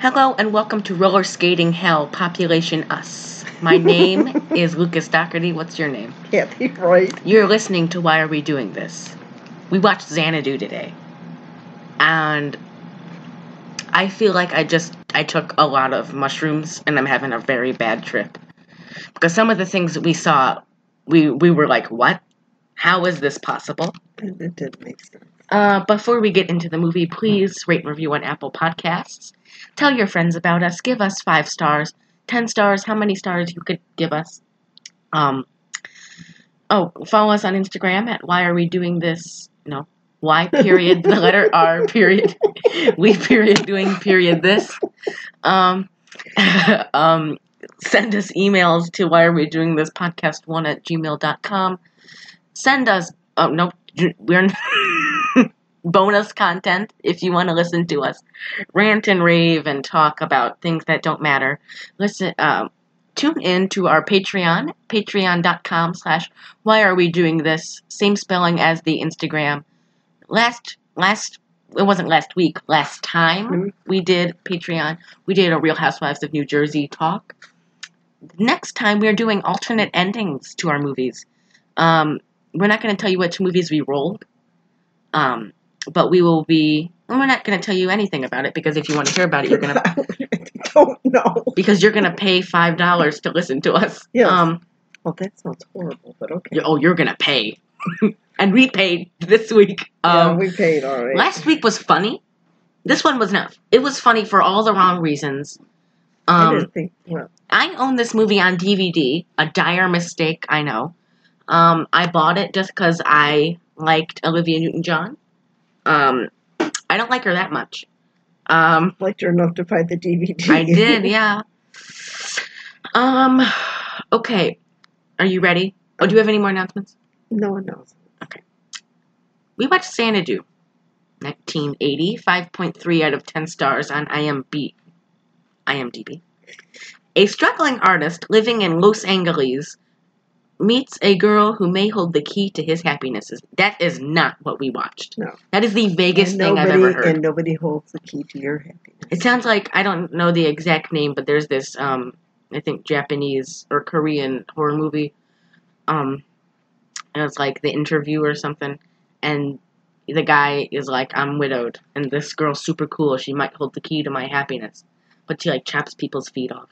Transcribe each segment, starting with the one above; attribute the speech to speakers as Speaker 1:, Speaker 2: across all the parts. Speaker 1: Hello and welcome to Roller Skating Hell Population Us. My name is Lucas Doherty. What's your name?
Speaker 2: Kathy Wright.
Speaker 1: You're listening to Why Are We Doing This? We watched Xanadu today. And I feel like I just I took a lot of mushrooms and I'm having a very bad trip. Because some of the things that we saw, we we were like, "What? How is this possible?"
Speaker 2: It did make sense.
Speaker 1: Uh, before we get into the movie, please rate and review on Apple Podcasts. Tell your friends about us. Give us five stars, ten stars, how many stars you could give us. Um, oh, follow us on Instagram at Why Are We Doing This? No, Why period the letter R period We period doing period this. Um, um, send us emails to Why Are We Doing This Podcast One at gmail.com. Send us oh no we're bonus content if you want to listen to us rant and rave and talk about things that don't matter listen um, tune in to our patreon patreon.com slash why are we doing this same spelling as the instagram last last it wasn't last week last time
Speaker 2: Mhm.
Speaker 1: we did patreon we did a real housewives of new jersey talk next time we're doing alternate endings to our movies um, we're not going to tell you which movies we rolled, um, but we will be. and We're not going to tell you anything about it because if you want to hear about it, you're gonna
Speaker 2: I don't know.
Speaker 1: because you're gonna pay five dollars to listen to us.
Speaker 2: Yes.
Speaker 1: Um.
Speaker 2: Well, that sounds horrible, but okay.
Speaker 1: you- Oh, you're gonna pay, and we paid this week.
Speaker 2: Yeah,
Speaker 1: Um,
Speaker 2: we paid all right.
Speaker 1: last week was funny. This one was not. It was funny for all the wrong reasons.
Speaker 2: I
Speaker 1: Um,
Speaker 2: didn't think. Well,
Speaker 1: I own this movie on DVD. A dire mistake, I know. Um, I bought it just because I liked Olivia Newton-John. Um, I don't like her that much. Um,
Speaker 2: liked her enough to buy the DVD.
Speaker 1: I did, yeah. Um, okay. Are you ready? Oh, do you have any more announcements?
Speaker 2: No one knows.
Speaker 1: We watched Xanadu, 1980, 5.3 out of 10 stars on IMB, IMDb. A struggling artist living in Los Angeles meets a girl who may hold the key to his happiness. That is not what we watched.
Speaker 2: No.
Speaker 1: That is the vaguest
Speaker 2: And
Speaker 1: thing I've
Speaker 2: nobody,
Speaker 1: ever heard.
Speaker 2: And nobody holds the key to your happiness.
Speaker 1: It sounds like I don't know the exact name, but there's this um I think Japanese or Korean horror movie. Um and it's like the interview or something and the guy is like, I'm widowed and this girl's super cool, she might hold the key to my happiness. But she like chops people's feet off.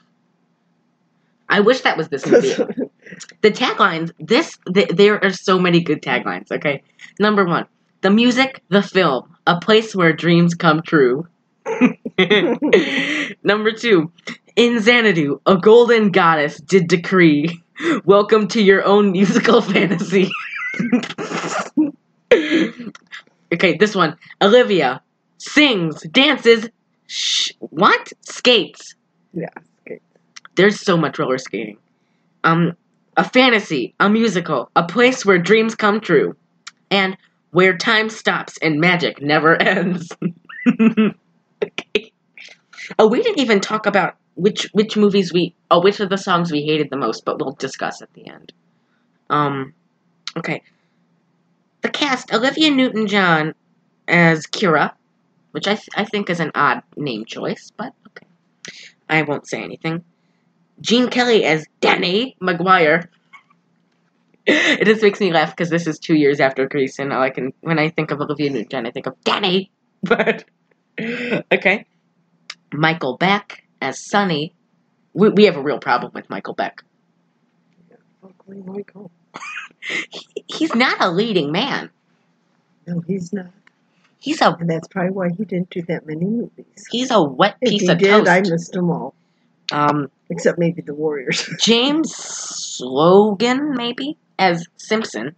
Speaker 1: I wish that was this movie. The taglines, this, th- there are so many good taglines, okay? Number one, the music, the film, a place where dreams come true. Number two, in Xanadu, a golden goddess did decree, welcome to your own musical fantasy. okay, this one, Olivia sings, dances, sh- what? Skates.
Speaker 2: yeah. Okay.
Speaker 1: There's so much roller skating. Um, a fantasy, a musical, a place where dreams come true, and where time stops and magic never ends. okay. Oh, we didn't even talk about which which movies we oh which of the songs we hated the most, but we'll discuss at the end. Um, okay. The cast: Olivia Newton-John as Kira, which I th- I think is an odd name choice, but okay. I won't say anything. Gene Kelly as Danny McGuire. It just makes me laugh because this is two years after Grease, and all I can when I think of Olivia Newton-John, I think of Danny. But okay, Michael Beck as Sonny. We, we have a real problem with Michael Beck.
Speaker 2: Ugly Oh, Michael.
Speaker 1: He- He's not a leading man.
Speaker 2: No, he's not.
Speaker 1: He's a
Speaker 2: And that's probably why he didn't do that many movies.
Speaker 1: he's a wet
Speaker 2: If
Speaker 1: piece
Speaker 2: he
Speaker 1: of
Speaker 2: did, I
Speaker 1: toast.
Speaker 2: missed them all.
Speaker 1: Um,
Speaker 2: Except maybe the Warriors.
Speaker 1: James Slogan maybe as Simpson.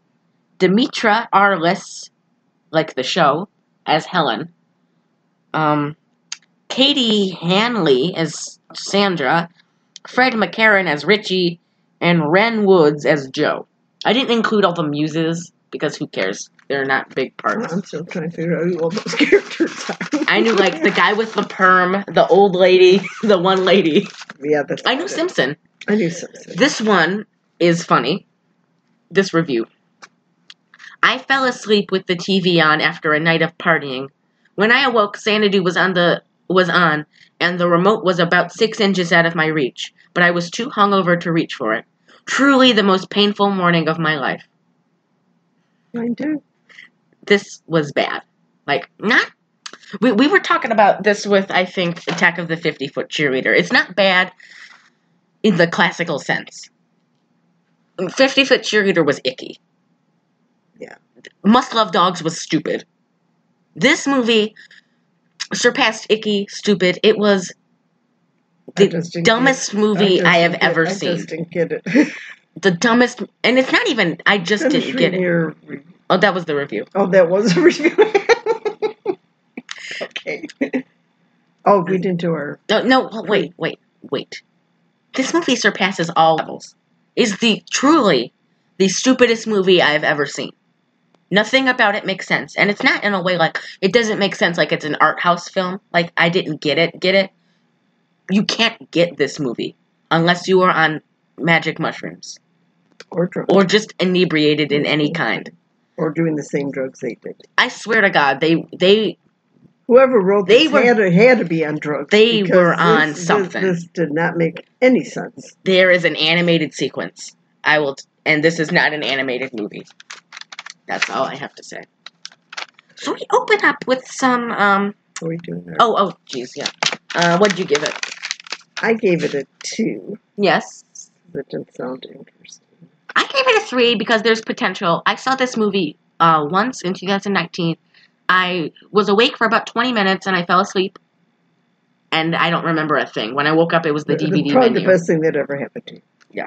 Speaker 1: Demetra Arliss, like the show, as Helen. Um, Katie Hanley as Sandra, Fred McCarran as Richie, and Ren Woods as Joe. I didn't include all the muses because who cares? They're not big parts.
Speaker 2: I'm still trying to figure out who all those characters are.
Speaker 1: I knew like the guy with the perm, the old lady, the one lady.
Speaker 2: Yeah, that's
Speaker 1: I knew
Speaker 2: it.
Speaker 1: Simpson.
Speaker 2: I knew Simpson.
Speaker 1: This one is funny. This review. I fell asleep with the TV on after a night of partying. When I awoke, Xanadu was on the was on, and the remote was about six inches out of my reach, but I was too hungover to reach for it. Truly the most painful morning of my life.
Speaker 2: Mine too.
Speaker 1: This was bad. Like, not. We, we were talking about this with, I think, Attack of the 50 Foot Cheerleader. It's not bad in the classical sense. 50 Foot Cheerleader was icky.
Speaker 2: Yeah.
Speaker 1: Must Love Dogs was stupid. This movie surpassed icky, stupid. It was
Speaker 2: I
Speaker 1: the
Speaker 2: just didn't
Speaker 1: dumbest
Speaker 2: get-
Speaker 1: movie
Speaker 2: just
Speaker 1: I, have
Speaker 2: didn't get-
Speaker 1: ever
Speaker 2: I
Speaker 1: seen.
Speaker 2: just didn't get it.
Speaker 1: the dumbest, and it's not even. I just
Speaker 2: Finish
Speaker 1: didn't get
Speaker 2: reading
Speaker 1: it.
Speaker 2: your re-
Speaker 1: Oh, that was the review.
Speaker 2: Oh, that was a review. okay. Oh, we didn't do our.
Speaker 1: No, no, wait, wait, wait. This movie surpasses all levels. Is the truly the stupidest movie I've ever seen. Nothing about it makes sense, and it's not in a way like it doesn't make sense. Like it's an art house film. Like I didn't get it. Get it? You can't get this movie unless you are on magic mushrooms
Speaker 2: Or drunk.
Speaker 1: or just inebriated in any kind.
Speaker 2: or doing the same drugs they did.
Speaker 1: I swear to God, they they
Speaker 2: Whoever wrote
Speaker 1: They
Speaker 2: this
Speaker 1: were-
Speaker 2: had to had to be on drugs.
Speaker 1: they
Speaker 2: because
Speaker 1: were on
Speaker 2: this- this-
Speaker 1: something.
Speaker 2: This, did not make any sense.
Speaker 1: there is an animated sequence. I will, and this is not an animated movie. That's all I have to say. So we open up with some. Um,
Speaker 2: What are we doing there?
Speaker 1: oh, oh, jeez, yeah. Uh, what'd you give it?
Speaker 2: I gave it a two.
Speaker 1: Yes,
Speaker 2: That didn't sound interesting.
Speaker 1: I gave it a three because there's potential. I saw this movie uh, once in 2019. I was awake for about 20 minutes and I fell asleep, and I don't remember a thing. When I woke up, it was the DVD
Speaker 2: Probably
Speaker 1: menu.
Speaker 2: the best thing that ever happened to you.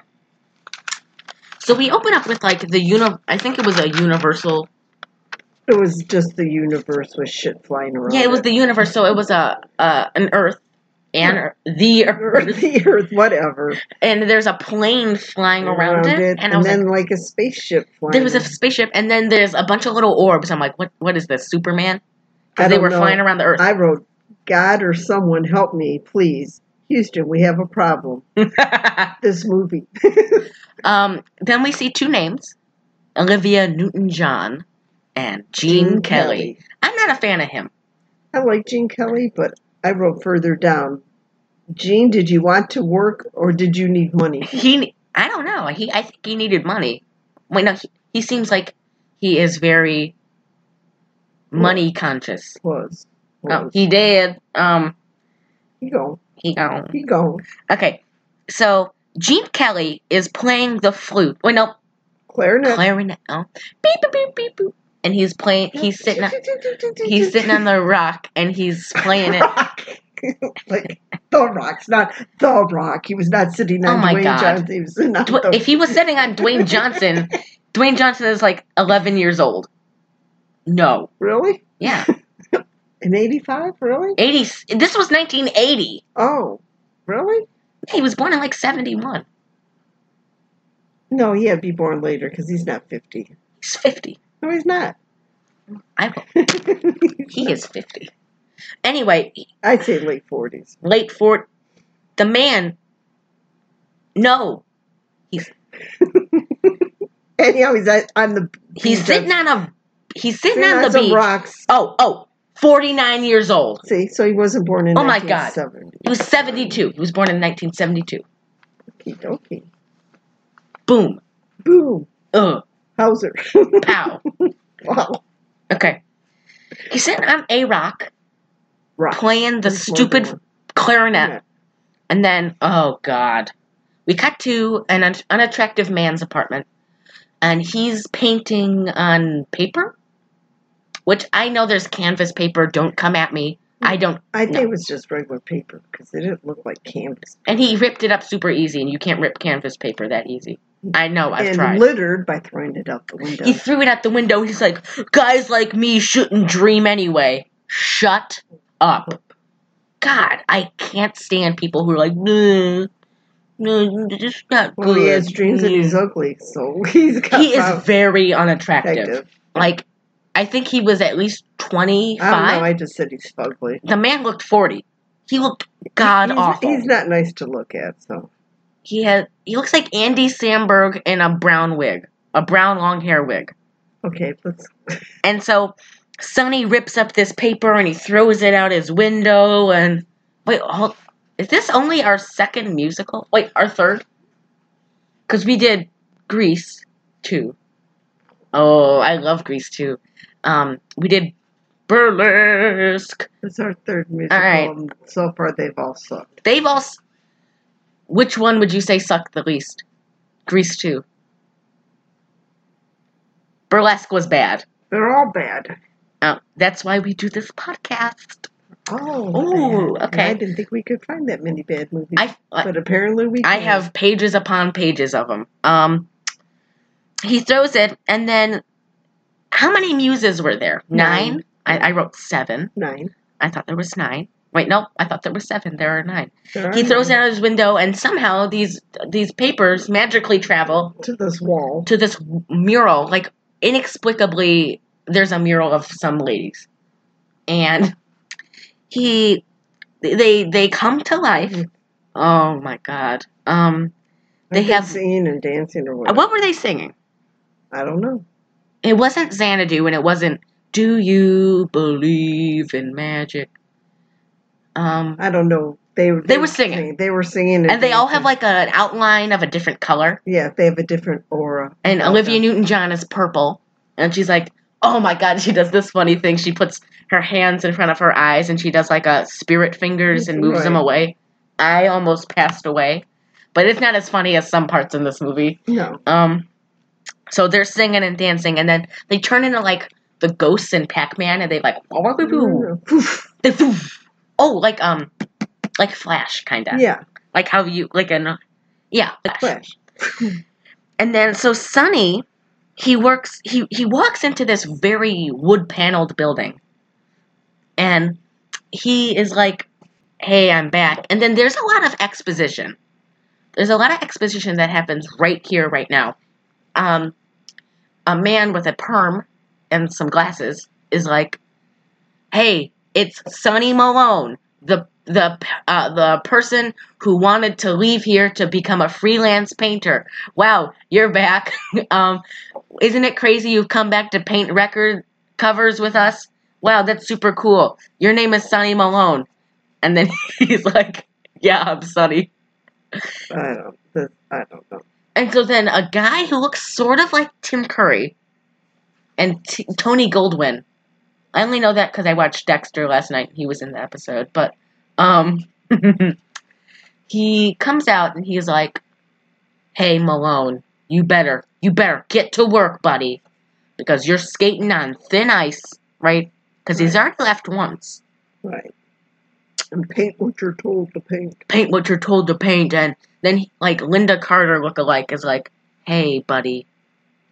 Speaker 1: So we open up with like the uni. I think it was a Universal
Speaker 2: It was just the universe with shit flying around.
Speaker 1: Yeah, it was the universe. So it was a uh, an Earth and
Speaker 2: Yeah.
Speaker 1: the
Speaker 2: Or
Speaker 1: Earth,
Speaker 2: the earth, whatever.
Speaker 1: and there's a plane flying around, it, and, I was
Speaker 2: then
Speaker 1: like,
Speaker 2: like, a spaceship flying.
Speaker 1: there was a spaceship, and then there's a bunch of little orbs. I'm like, what? What is this, Superman?
Speaker 2: I
Speaker 1: Because they
Speaker 2: don't
Speaker 1: were
Speaker 2: know.
Speaker 1: flying around the Earth.
Speaker 2: I wrote, God or someone help me, please. Houston, we have a problem. This movie.
Speaker 1: um, then we see two names, Olivia Newton-John and Gene, Kelly. I'm not a fan of him.
Speaker 2: I like Gene Kelly, but I wrote further down. Gene, did you want to work or did you need money?
Speaker 1: He, I don't know. He, I think he needed money. Wait, no, he, he seems like he is very money conscious.
Speaker 2: Was.
Speaker 1: Oh,
Speaker 2: was.
Speaker 1: he did. Um,
Speaker 2: He gone.
Speaker 1: he gone.
Speaker 2: He gone.
Speaker 1: Okay, so Gene Kelly is playing the flute. Wait, no,
Speaker 2: Clarinet.
Speaker 1: clarinet. Oh, beep beep beep beep boop. And he's playing. He's sitting. On, he's sitting on the rock, and he's playing it.
Speaker 2: rock. like the rock's not the rock. He was not sitting
Speaker 1: Oh
Speaker 2: on
Speaker 1: my
Speaker 2: Dwayne
Speaker 1: God.
Speaker 2: Johnson. He was sitting on
Speaker 1: Dw-
Speaker 2: the-
Speaker 1: If he was sitting on Dwayne Johnson, Dwayne Johnson is like 11 years old. No.
Speaker 2: really
Speaker 1: Yeah.
Speaker 2: in '85. Really?
Speaker 1: 80. This was 1980.
Speaker 2: Oh, really?
Speaker 1: He was born in like 71.
Speaker 2: No, he had to be born later because he's not 50.
Speaker 1: He's 50.
Speaker 2: No, he's not.
Speaker 1: I. He is 50. Anyway,
Speaker 2: I'd say late 40s.
Speaker 1: late fort the man no
Speaker 2: Anyhow, he's at, on the
Speaker 1: he's
Speaker 2: beach.
Speaker 1: sitting on a he's sitting
Speaker 2: Sitting
Speaker 1: on the
Speaker 2: some
Speaker 1: beach
Speaker 2: rocks.
Speaker 1: oh oh 49 years old
Speaker 2: See, so he wasn't born in
Speaker 1: Oh my God.
Speaker 2: 1970.
Speaker 1: he was 72 he was born in 1972
Speaker 2: Okie dokie.
Speaker 1: boom
Speaker 2: Boom.
Speaker 1: ugh
Speaker 2: Hauser.
Speaker 1: pow
Speaker 2: wow.
Speaker 1: okay he's sitting on a rock
Speaker 2: Rock.
Speaker 1: playing the
Speaker 2: He's
Speaker 1: stupid
Speaker 2: smoking
Speaker 1: clarinet
Speaker 2: rock.
Speaker 1: and then oh god we cut to an un- unattractive man's apartment and he's painting on paper which i know there's canvas paper don't come at me i don't
Speaker 2: I think
Speaker 1: No.
Speaker 2: it was just regular paper because it didn't look like canvas.
Speaker 1: And he ripped it up super easy, and you can't rip canvas paper that easy. I know, I've
Speaker 2: and
Speaker 1: tried.
Speaker 2: littered by throwing it out the window.
Speaker 1: he threw it out the window. He's like, guys like me shouldn't dream anyway. Shut up. God, I can't stand people who are like, no, no, just not
Speaker 2: well,
Speaker 1: good.
Speaker 2: he has dreams and he's ugly, so he's got
Speaker 1: He is
Speaker 2: problems.
Speaker 1: very unattractive.
Speaker 2: Detective.
Speaker 1: Like, I think he was at least
Speaker 2: I don't know.
Speaker 1: 25.
Speaker 2: I just said he's ugly.
Speaker 1: The man looked 40. He looked god
Speaker 2: he's,
Speaker 1: awful.
Speaker 2: He's not nice to look at, so.
Speaker 1: He had he looks like Andy Samberg in a brown wig, a brown long hair wig.
Speaker 2: Okay, let's.
Speaker 1: And so Sonny rips up this paper and he throws it out his window. And wait, hold, is this only our second musical? Wait, our third? Because we did Grease too. Oh, I love Grease too. Um, we did Burlesque.
Speaker 2: It's our third musical.
Speaker 1: right.
Speaker 2: and So far, they've all sucked.
Speaker 1: They've all. s- Which one would you say sucked the least? Grease too. Burlesque was bad.
Speaker 2: They're all bad.
Speaker 1: Oh, that's why we do this podcast.
Speaker 2: Oh,
Speaker 1: Ooh,
Speaker 2: bad. And
Speaker 1: okay.
Speaker 2: I didn't think we could find that many bad movies,
Speaker 1: I, I,
Speaker 2: but apparently we.
Speaker 1: I
Speaker 2: can.
Speaker 1: have pages upon pages of them. Um, he throws it, and then how many muses were there? Nine.
Speaker 2: Nine.
Speaker 1: I, I wrote seven.
Speaker 2: nine.
Speaker 1: I thought there was nine. Wait, no, I thought there was seven. There are nine.
Speaker 2: There
Speaker 1: He
Speaker 2: are
Speaker 1: throws it
Speaker 2: nine.
Speaker 1: out his window, and somehow these these papers magically travel
Speaker 2: to this wall.
Speaker 1: to this mural. Like inexplicably, there's a mural of some ladies, and he they they come to life. Oh my god. Um, they
Speaker 2: I think
Speaker 1: have-
Speaker 2: singing and dancing or whatever.
Speaker 1: Uh, what were they singing?
Speaker 2: I don't know.
Speaker 1: It wasn't Xanadu, and it wasn't Do you believe in magic? Um,
Speaker 2: I don't know. They they,
Speaker 1: were singing.
Speaker 2: They were singing,
Speaker 1: and they all have
Speaker 2: dancing.
Speaker 1: like an outline of a different color.
Speaker 2: yeah, they have a different aura.
Speaker 1: And
Speaker 2: about
Speaker 1: Olivia
Speaker 2: them.
Speaker 1: Newton John is purple, and she's like, "Oh my god!" She does this funny thing. She puts her hands in front of her eyes, and she does like a spirit fingers and moves them
Speaker 2: Right.
Speaker 1: away. I almost passed away, but it's not as funny as some parts in this movie.
Speaker 2: No,
Speaker 1: Um, so they're singing and dancing, and then they turn into like the ghosts in Pac Man, and they like
Speaker 2: No, no.
Speaker 1: they oh like um like Flash kind of
Speaker 2: yeah,
Speaker 1: like how you like an yeah Flash.
Speaker 2: flash.
Speaker 1: And then so Sonny, he works he he walks into this very wood paneled building, and he is like, "Hey, I'm back." And then there's a lot of exposition. There's a lot of exposition that happens right here, right now. Um, a man with a perm and some glasses is like, "Hey, it's Sonny Malone, the the uh, the person who wanted to leave here to become a freelance painter. Wow, you're back. um, isn't it crazy you've come back to paint record covers with us? Wow, that's super cool. Your name is Sonny Malone." And then he's like, "Yeah, I'm Sonny."
Speaker 2: I don't. That, I don't know.
Speaker 1: And so then a guy who looks sort of like Tim Curry and T- Tony Goldwyn. I only know that because I watched Dexter last night. He was in the episode, but um, he comes out and he's like, "Hey Malone, you better, you better get to work, buddy, because you're skating on thin ice, right? Because he's already left once.
Speaker 2: Right. And paint what you're told to paint.
Speaker 1: Paint what you're told to paint." And then like Linda Carter lookalike is like, "Hey buddy,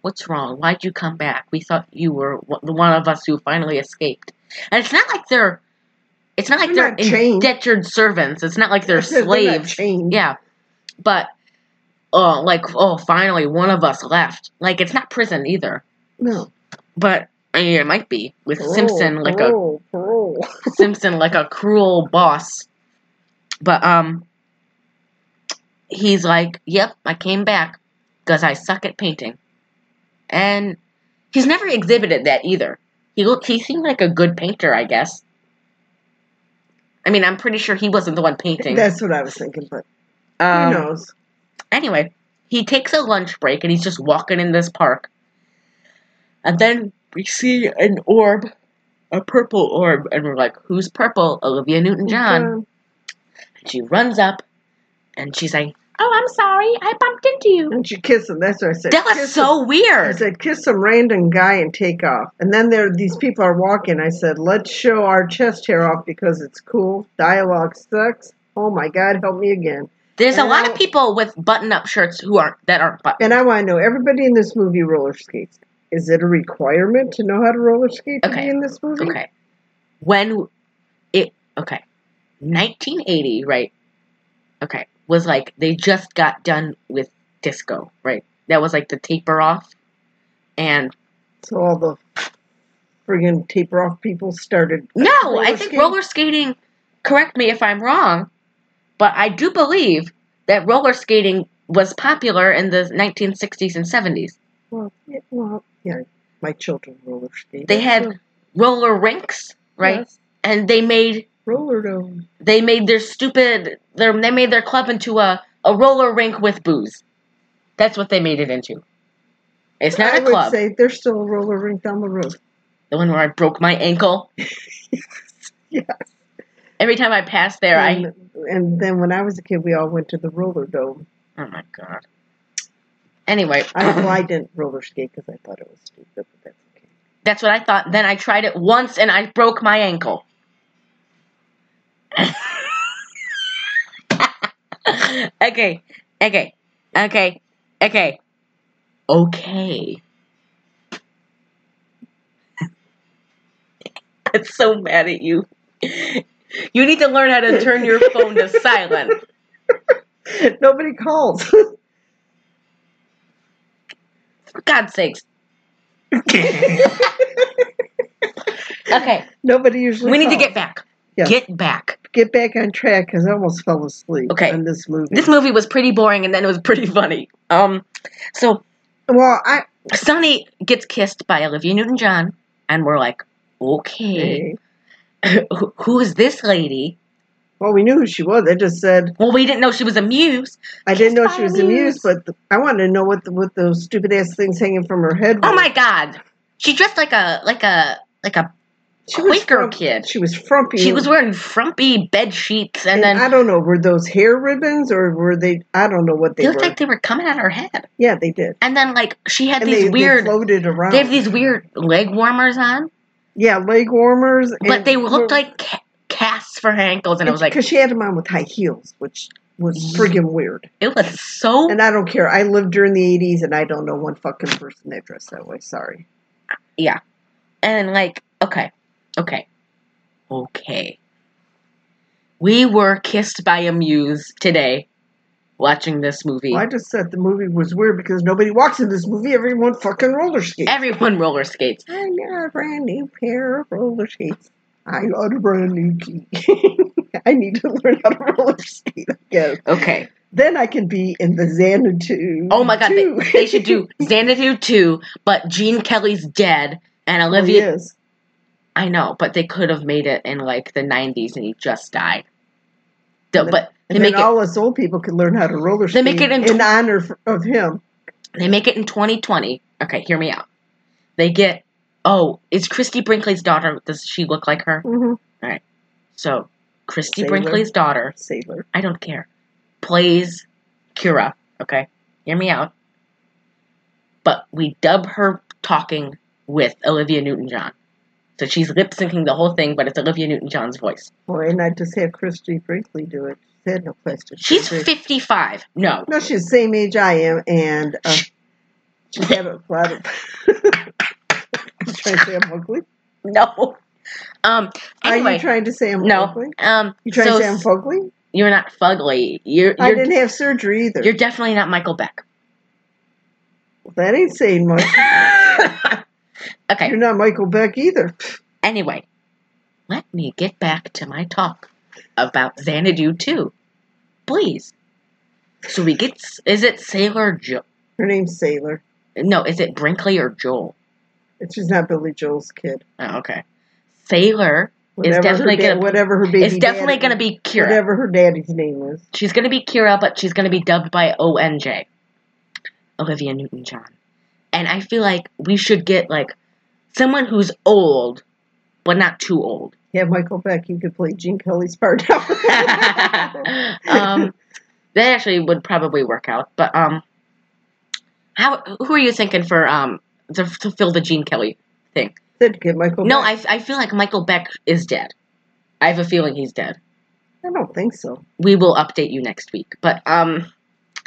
Speaker 1: what's wrong? Why'd you come back? We thought you were one- the one of us who finally escaped. And it's not like they're, it's not like
Speaker 2: They're
Speaker 1: they're,
Speaker 2: not chained.
Speaker 1: indentured servants. It's not like they're
Speaker 2: They're not
Speaker 1: slaves.
Speaker 2: chained.
Speaker 1: yeah, but oh, like oh, finally one of us left. Like it's not prison either,
Speaker 2: No.
Speaker 1: but I mean, it might be with
Speaker 2: Parole,
Speaker 1: Simpson like a
Speaker 2: parole, parole.
Speaker 1: Simpson like a cruel boss. But um, he's like, "Yep, I came back because I suck at painting," and he's never exhibited that either. He looked, he seemed like a good painter, I guess. I mean, I'm pretty sure he wasn't the one painting.
Speaker 2: That's what I was thinking, but
Speaker 1: Um,
Speaker 2: who knows?
Speaker 1: Anyway, he takes a lunch break and he's just walking in this park, and then we see an orb, a purple orb, and we're like, "Who's purple?" Olivia Newton-John. She runs up and she's like, Oh, I'm sorry, I bumped into you.
Speaker 2: And she kissed him. That's what I said.
Speaker 1: That was
Speaker 2: Kiss
Speaker 1: so
Speaker 2: him. I
Speaker 1: weird.
Speaker 2: said, kiss some random guy and take off. And then there, these people are walking. I said, let's show our chest hair off because it's cool. Dialogue sucks. Oh my God, help me again.
Speaker 1: There's a
Speaker 2: And
Speaker 1: lot
Speaker 2: I-
Speaker 1: of people with button up shirts who aren't that aren't buttoned.
Speaker 2: And I want to know everybody in this movie roller skates. Is it a requirement to know how to roller skate to
Speaker 1: Okay.
Speaker 2: be in this movie?
Speaker 1: Okay. When it okay. Nineteen eighty, right? Okay. Was like they just got done with disco, right? That was like the taper off. And
Speaker 2: So all the friggin' taper off people started.
Speaker 1: no, I
Speaker 2: roller
Speaker 1: think
Speaker 2: skating?
Speaker 1: roller skating correct me if I'm wrong, but I do believe that roller skating was popular in the nineteen sixties and seventies.
Speaker 2: Well, yeah, well, yeah, my children roller skate.
Speaker 1: They had roller rinks, right?
Speaker 2: Yes.
Speaker 1: And they made
Speaker 2: Roller dome.
Speaker 1: they made their stupid their they made their club into a, a roller rink with booze. That's what they made it into. It's not
Speaker 2: I
Speaker 1: a club.
Speaker 2: would say there's still a roller rink down the road.
Speaker 1: the one where I broke my ankle.
Speaker 2: Yes.
Speaker 1: Every time I passed there, I
Speaker 2: And, and then when I was a kid, we all went to the roller dome.
Speaker 1: oh my god. Anyway,
Speaker 2: I, well, I didn't roller skate because I thought it was stupid, but that's okay.
Speaker 1: that's what I thought. Then I tried it once and I broke my ankle. okay, okay, okay, okay, okay. I'm so mad at you. You need to learn how to turn your phone to silent.
Speaker 2: Nobody calls.
Speaker 1: For God's sakes. Okay,
Speaker 2: Nobody usually.
Speaker 1: we need to
Speaker 2: calls.
Speaker 1: get back.
Speaker 2: Yes.
Speaker 1: Get back.
Speaker 2: get back on track because I almost fell asleep
Speaker 1: Okay.
Speaker 2: in this movie.
Speaker 1: This movie was pretty boring, and then it was pretty funny. Um, so
Speaker 2: well, I
Speaker 1: Sonny gets kissed by Olivia Newton-John, and we're like, okay, who who is this lady?
Speaker 2: well, we knew who she was. I just said
Speaker 1: Well, we didn't know she was a muse.
Speaker 2: I didn't know
Speaker 1: by
Speaker 2: she was
Speaker 1: the
Speaker 2: amused,
Speaker 1: muse.
Speaker 2: but th- I wanted to know what the, what those stupid ass things hanging from her head.
Speaker 1: Oh
Speaker 2: were.
Speaker 1: my God, she dressed like a like a like a
Speaker 2: She was
Speaker 1: Quaker
Speaker 2: frump-
Speaker 1: kid.
Speaker 2: She was frumpy.
Speaker 1: she was wearing frumpy bed sheets, and,
Speaker 2: And
Speaker 1: then
Speaker 2: I don't know, were those hair ribbons or were they? I don't know what
Speaker 1: they
Speaker 2: they
Speaker 1: looked
Speaker 2: were.
Speaker 1: like they were coming at her head.
Speaker 2: yeah, they did.
Speaker 1: And then like she had
Speaker 2: And
Speaker 1: these
Speaker 2: they,
Speaker 1: weird
Speaker 2: they floated around.
Speaker 1: they have these weird leg warmers on,
Speaker 2: yeah, leg warmers.
Speaker 1: but
Speaker 2: and
Speaker 1: they looked like ca- casts for her ankles, and it was like
Speaker 2: because she had them on with high heels, which was
Speaker 1: Ye-
Speaker 2: friggin' weird.
Speaker 1: it was so
Speaker 2: And I don't care. I lived during the '80s, and I don't know one fucking person that dressed that way. Sorry.
Speaker 1: and like okay okay okay we were kissed by a muse today watching this movie
Speaker 2: Well, I just said the movie was weird because nobody walks in this movie. Everyone fucking roller skates.
Speaker 1: everyone roller skates
Speaker 2: I got a brand new pair of roller skates. I got a brand new key. I need to learn how to roller skate again.
Speaker 1: okay
Speaker 2: Then I can be in the Xanadu.
Speaker 1: oh my god they,
Speaker 2: too.
Speaker 1: they should do xanadu 2 but gene kelly's dead and
Speaker 2: Well,
Speaker 1: olivia
Speaker 2: Oh, yes.
Speaker 1: i know but they could have made it in like the 90s and he just died The-
Speaker 2: And then-
Speaker 1: but they
Speaker 2: And then
Speaker 1: make it
Speaker 2: all us old people can learn how to roller
Speaker 1: They
Speaker 2: skate
Speaker 1: make it in tw-
Speaker 2: honor f- of him.
Speaker 1: they make it in 2020 okay hear me out they get oh is christy brinkley's daughter does she look like her
Speaker 2: hmm
Speaker 1: So Christy
Speaker 2: Sailor.
Speaker 1: Brinkley's daughter,
Speaker 2: Sailor.
Speaker 1: I don't care, plays Kira. Okay, hear me out. But we dub her talking with Olivia Newton-John, so she's lip syncing the whole thing, but it's Olivia Newton-John's voice.
Speaker 2: Boy, and I just had Christy Brinkley do it. She had no plastic
Speaker 1: She's
Speaker 2: surgery.
Speaker 1: 55. No,
Speaker 2: No, she's the same age I am, and uh, she had a lot of. trying to say I'm ugly?
Speaker 1: no. Um.
Speaker 2: Are you
Speaker 1: Anyway,
Speaker 2: trying to say I'm
Speaker 1: no.
Speaker 2: ugly?
Speaker 1: Um.
Speaker 2: You trying
Speaker 1: so
Speaker 2: to say I'm fugly?
Speaker 1: you're not fugly. You're
Speaker 2: I
Speaker 1: you're
Speaker 2: didn't have surgery either.
Speaker 1: you're definitely not Michael Beck.
Speaker 2: that ain't saying much.
Speaker 1: okay.
Speaker 2: You're not Michael Beck either.
Speaker 1: Anyway, let me get back to my talk about Xanadu 2. Please. So we get. s- Is it Sailor Joe?
Speaker 2: Her name's Sailor.
Speaker 1: No, is it Brinkley or Joel?
Speaker 2: And She's not Billy Joel's kid.
Speaker 1: Oh, okay. Sailor
Speaker 2: Whatever
Speaker 1: definitely
Speaker 2: her da-
Speaker 1: gonna-
Speaker 2: whatever her baby.
Speaker 1: is definitely
Speaker 2: daddy-
Speaker 1: going to be Kira.
Speaker 2: whatever her daddy's name was.
Speaker 1: She's going to be Kira, but she's going to be dubbed by ONJ. Olivia Newton John. And I feel like we should get, like, someone who's old, but not too old.
Speaker 2: Yeah, Michael Beck. You could play Gene Kelly's part.
Speaker 1: um, that actually would probably work out. But um, how who are you thinking for um to, to fill the Gene Kelly thing?
Speaker 2: Did get Michael?
Speaker 1: No,
Speaker 2: Beck.
Speaker 1: I I feel like Michael Beck is dead. I have a feeling he's dead.
Speaker 2: I don't think so.
Speaker 1: We will update you next week. But um,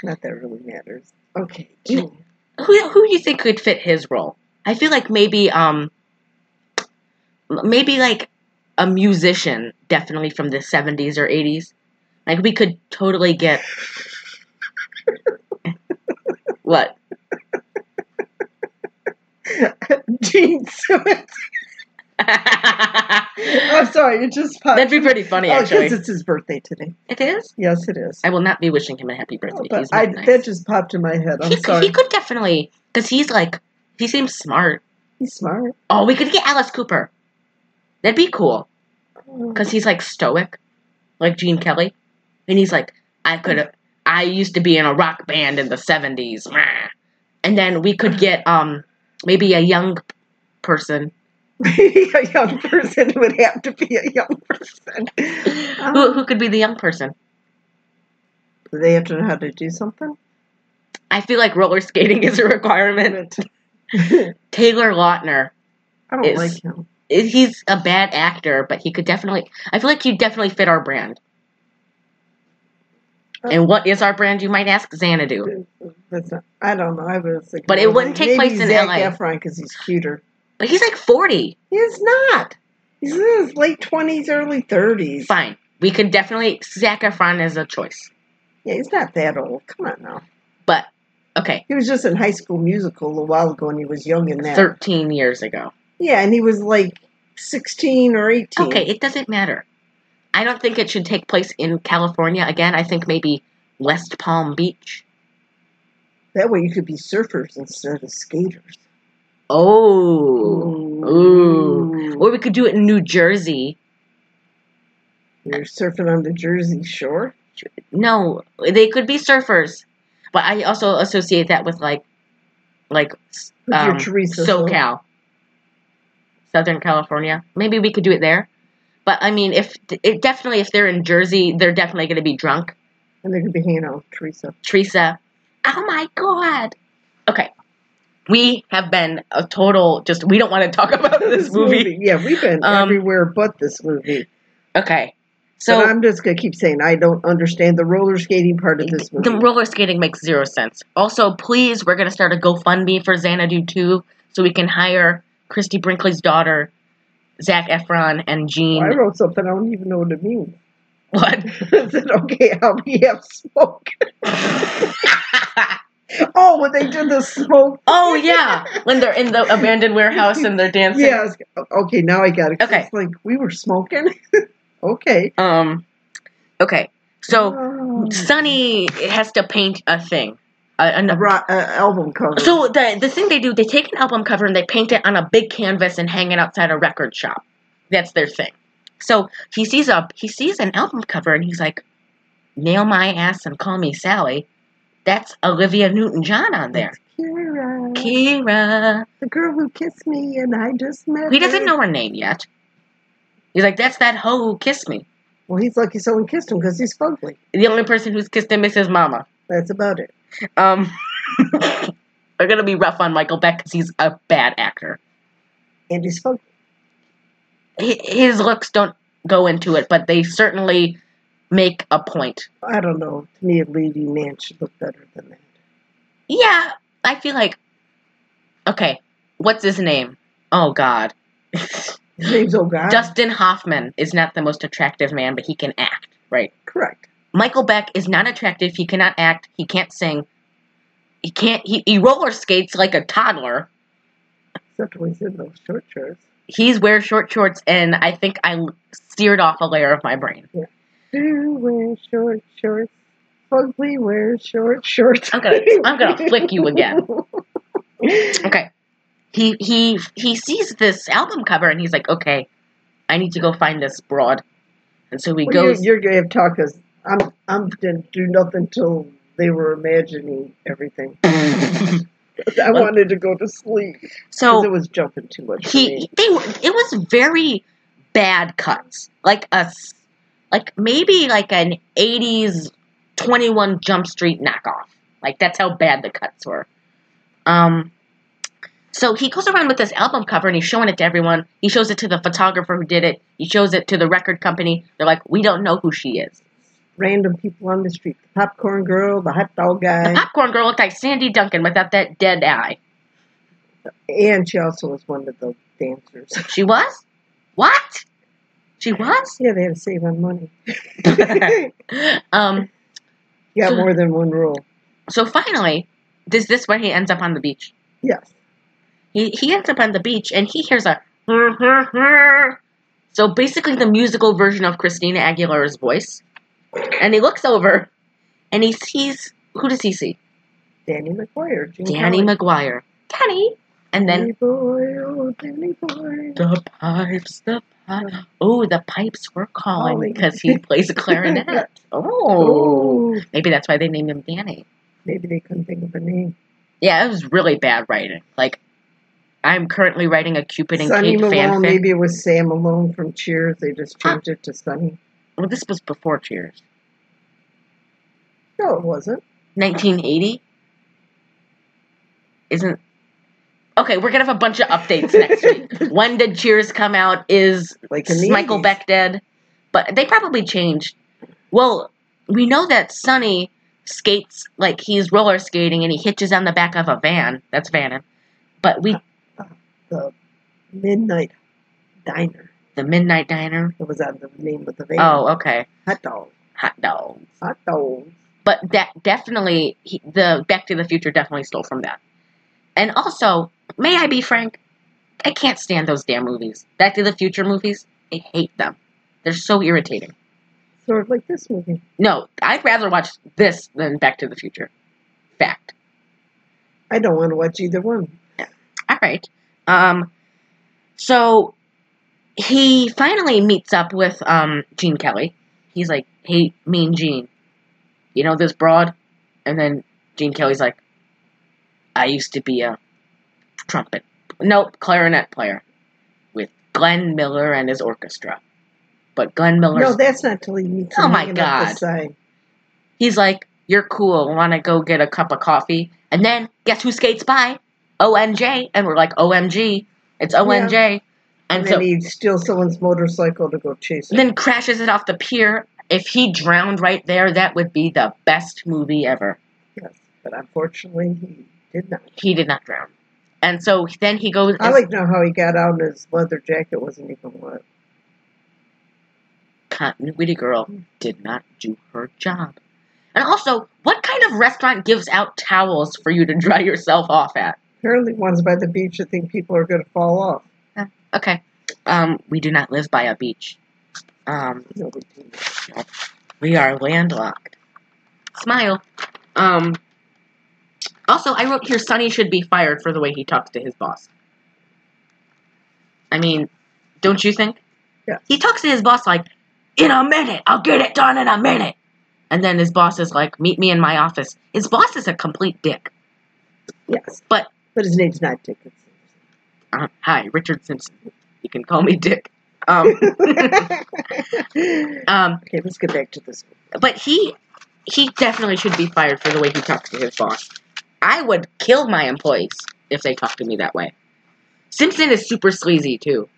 Speaker 2: Not that it really matters. Okay.
Speaker 1: No.
Speaker 2: Gene.
Speaker 1: who who do you think could fit his role? I feel like maybe um, maybe like a musician, definitely from the seventies or eighties. Like we could totally get what
Speaker 2: Gene Simmons. I'm sorry. It just popped.
Speaker 1: That'd be pretty funny,
Speaker 2: Oh,
Speaker 1: actually.
Speaker 2: because it's his birthday today.
Speaker 1: it is.
Speaker 2: Yes, it is.
Speaker 1: I will not be wishing him a happy birthday.
Speaker 2: Oh, but
Speaker 1: he's
Speaker 2: I,
Speaker 1: not nice.
Speaker 2: That just popped in my head. I'm
Speaker 1: he, could,
Speaker 2: sorry.
Speaker 1: he could definitely, because he's like, he seems smart.
Speaker 2: He's smart.
Speaker 1: Oh, we could get Alice Cooper. That'd be cool. Because he's like stoic, like Gene Kelly. And he's like, I could have, I used to be in a rock band in the 70s. meh." And then we could get um maybe a young person
Speaker 2: a young person would have to be a young person. Oh. Um,
Speaker 1: who, who could be the young person.
Speaker 2: Do they have to know how to do something?
Speaker 1: I feel like roller skating is a requirement.
Speaker 2: I
Speaker 1: Taylor Lautner,
Speaker 2: don't
Speaker 1: Is-
Speaker 2: like him.
Speaker 1: he's a bad actor, but he could definitely, I feel like he'd definitely fit our brand. And what is our brand, you might ask? Xanadu.
Speaker 2: That's not, I don't know. I was thinking
Speaker 1: But it
Speaker 2: maybe-
Speaker 1: wouldn't take
Speaker 2: maybe
Speaker 1: place in
Speaker 2: Zac
Speaker 1: LA.
Speaker 2: Efron because he's cuter.
Speaker 1: But he's like 40.
Speaker 2: He's not. He's in his late twenties, early thirties.
Speaker 1: Fine. We could definitely, Zac Efron is a choice.
Speaker 2: Yeah, he's not that old. Come on now.
Speaker 1: But, okay,
Speaker 2: He was just in High School Musical a while ago, and he was young in that.
Speaker 1: 13 years ago.
Speaker 2: Yeah, and he was like sixteen or eighteen.
Speaker 1: Okay, it doesn't matter. I don't think it should take place in California again. I think maybe West Palm Beach.
Speaker 2: That way you could be surfers instead of skaters.
Speaker 1: Oh. Ooh. Or we could do it in New Jersey.
Speaker 2: You're surfing on the Jersey Shore.
Speaker 1: No, they could be surfers. But I also associate that with like, like
Speaker 2: With
Speaker 1: um,
Speaker 2: your Teresa Silver.
Speaker 1: SoCal, Southern California. Maybe we could do it there. But I mean, if it definitely if they're in Jersey, they're definitely going to be drunk.
Speaker 2: And they could be hanging out with Teresa.
Speaker 1: Teresa, oh my god. Okay, we have been a total just. We don't want to talk about this movie.
Speaker 2: Yeah, we've been
Speaker 1: Um,
Speaker 2: everywhere but this movie.
Speaker 1: Okay,
Speaker 2: So
Speaker 1: so
Speaker 2: I'm just gonna keep saying I don't understand the roller skating part of this movie.
Speaker 1: the roller skating makes zero sense. Also, please, we're going to start a GoFundMe for Xanadu too, so we can hire Christy Brinkley's daughter, Zach Efron, and Jean.
Speaker 2: I wrote something I don't even know what it means.
Speaker 1: what?
Speaker 2: I said, okay, I'll be have smoke. Oh, when they did the smoke.
Speaker 1: Oh yeah, when they're in the abandoned warehouse and they're dancing.
Speaker 2: Yes. Okay, now I got it. 'Cause
Speaker 1: Okay.
Speaker 2: It's like we were smoking. okay.
Speaker 1: Um. Okay. So
Speaker 2: Oh.
Speaker 1: Sunny has to paint a thing. A,
Speaker 2: a
Speaker 1: an-
Speaker 2: ro- uh, album cover.
Speaker 1: so the the thing they do, they take an album cover and they paint it on a big canvas and hang it outside a record shop. That's their thing. So he sees a he sees an album cover and he's like, "Nail my ass and call me Sally." That's Olivia Newton John on there.
Speaker 2: Kira,
Speaker 1: Kira.
Speaker 2: the girl who kissed me, and I just met.
Speaker 1: He doesn't
Speaker 2: her.
Speaker 1: know her name yet. He's like, "That's that hoe who kissed me."
Speaker 2: Well, he's lucky someone kissed him because he's fugly.
Speaker 1: The only person who's kissed him is his mama.
Speaker 2: That's about it.
Speaker 1: Um, we're gonna be rough on Michael Beck because he's a bad actor.
Speaker 2: And he's fugly.
Speaker 1: Hi- His looks don't go into it, but they certainly make a point.
Speaker 2: I don't know. To me, a leading man should look better than that.
Speaker 1: Yeah, I feel like okay. What's his name? Oh God,
Speaker 2: His name's O'Gara.
Speaker 1: Dustin Hoffman is not the most attractive man, but he can act. Right.
Speaker 2: correct.
Speaker 1: Michael Beck is not attractive. He cannot act. He can't sing. He can't. He, he roller skates like a toddler.
Speaker 2: Except when he's in those short shorts.
Speaker 1: he's wears short shorts, and I think I seared off a layer of my brain.
Speaker 2: Do wear short shorts. Fugly wears short shorts.
Speaker 1: I'm gonna, I'm gonna flick you again. Okay. He he he sees this album cover, and he's like, okay, I need to go find this broad. And so he
Speaker 2: Well,
Speaker 1: goes.
Speaker 2: you're, you're gonna have talk us. I'm I'm gonna do nothing till they were imagining everything. I
Speaker 1: Well-
Speaker 2: wanted to go to sleep. Because it
Speaker 1: so
Speaker 2: was jumping too much. for me.
Speaker 1: he they were- it was very bad cuts, like a s- like maybe like an '80s 21 Jump Street knockoff. Like that's how bad the cuts were. Um, so he goes around with this album cover and he's showing it to everyone. He shows it to the photographer who did it. He shows it to the record company. They're like, we don't know who she is.
Speaker 2: Random people on the street. The popcorn girl, the hot dog
Speaker 1: The
Speaker 2: guy,
Speaker 1: popcorn girl looked like Sandy Duncan without that dead eye.
Speaker 2: and she also was one of the dancers.
Speaker 1: She was? What? She was?
Speaker 2: Yeah, they had to save on money.
Speaker 1: um,
Speaker 2: You got
Speaker 1: So-
Speaker 2: more than one rule.
Speaker 1: so finally, is this where he ends up on the beach?
Speaker 2: Yes.
Speaker 1: He, he ends up on the beach and he hears a. So basically, the musical version of Christina Aguilera's voice. And he looks over and he sees. Who does he see?
Speaker 2: Danny McGuire. Gene
Speaker 1: Danny
Speaker 2: Kelly.
Speaker 1: McGuire. Danny, Mm-hmm. And then
Speaker 2: Danny boy, oh, Danny boy.
Speaker 1: the pipes, the pipes. Oh, the pipes were calling
Speaker 2: Calling.
Speaker 1: because he plays a clarinet. oh.
Speaker 2: Oh,
Speaker 1: Maybe that's why they named him Danny.
Speaker 2: maybe they couldn't think of a name.
Speaker 1: Yeah, it was really bad writing. Like, I'm currently writing a Cupid and
Speaker 2: Sonny
Speaker 1: Kate
Speaker 2: Malone.
Speaker 1: fanfic.
Speaker 2: Maybe it was Sam Malone from Cheers. They just changed it to Sonny.
Speaker 1: Well, this was before Cheers.
Speaker 2: No, it wasn't.
Speaker 1: 1980? Isn't. Okay, we're going to have a bunch of updates next week. When did Cheers come out? Is
Speaker 2: Like in the
Speaker 1: Michael
Speaker 2: 80s.
Speaker 1: Beck dead? But they probably changed. Well, we know that Sonny skates like he's roller skating and he hitches on the back of a van. That's vanning. But we,
Speaker 2: The Midnight Diner.
Speaker 1: the Midnight Diner.
Speaker 2: That was on the name of the van.
Speaker 1: Oh, okay.
Speaker 2: Hot dog.
Speaker 1: Hot dog.
Speaker 2: Hot dog.
Speaker 1: but that definitely he, the Back to the Future definitely stole from that. And also, may I be frank? I can't stand those damn movies. Back to the Future movies, I hate them. They're so irritating.
Speaker 2: Sort of like this movie.
Speaker 1: No, I'd rather watch this than Back to the Future. Fact.
Speaker 2: I don't want to watch either one.
Speaker 1: All right. Um, so he finally meets up with um Gene Kelly. He's like, "Hey, mean Gene, you know this broad?" And then Gene Kelly's like, "I used to be a trumpet, nope, clarinet player with Glenn Miller and his orchestra." But Glenn Miller's
Speaker 2: No, that's not till he meets
Speaker 1: Oh
Speaker 2: him
Speaker 1: my
Speaker 2: hanging up the
Speaker 1: God.
Speaker 2: side.
Speaker 1: He's like, "You're cool. Want to go get a cup of coffee?" And then guess who skates by? OMJ, and we're like, "OMG, it's OMJ."
Speaker 2: And,
Speaker 1: And,
Speaker 2: then
Speaker 1: so
Speaker 2: he steals someone's motorcycle to go chase it.
Speaker 1: then crashes it off the pier. If he drowned right there, that would be the best movie ever.
Speaker 2: Yes, but unfortunately, he did not.
Speaker 1: He did not drown. And so then he goes.
Speaker 2: I like to know how he got out. and His leather jacket wasn't even wet.
Speaker 1: Continuity girl did not do her job. And also, what kind of restaurant gives out towels for you to dry yourself off at?
Speaker 2: Apparently, ones by the beach that think people are going to fall off.
Speaker 1: Okay, um, we do not live by a beach. Um,
Speaker 2: No, we didn't.
Speaker 1: we are landlocked. Smile. Um. Also, I wrote here Sonny should be fired for the way he talks to his boss. I mean, don't you think?
Speaker 2: Yeah.
Speaker 1: He talks to his boss like, in a minute, I'll get it done in a minute. And then his boss is like, meet me in my office. His boss is a complete dick.
Speaker 2: Yes,
Speaker 1: But-
Speaker 2: but his name's not Dickinson.
Speaker 1: Uh, hi, Richard Simpson. You can call me Dick. Um,
Speaker 2: okay,
Speaker 1: um,
Speaker 2: let's get back to this.
Speaker 1: but he he definitely should be fired for the way he talks to his boss. I would kill my employees if they talked to me that way. Simpson is super sleazy too.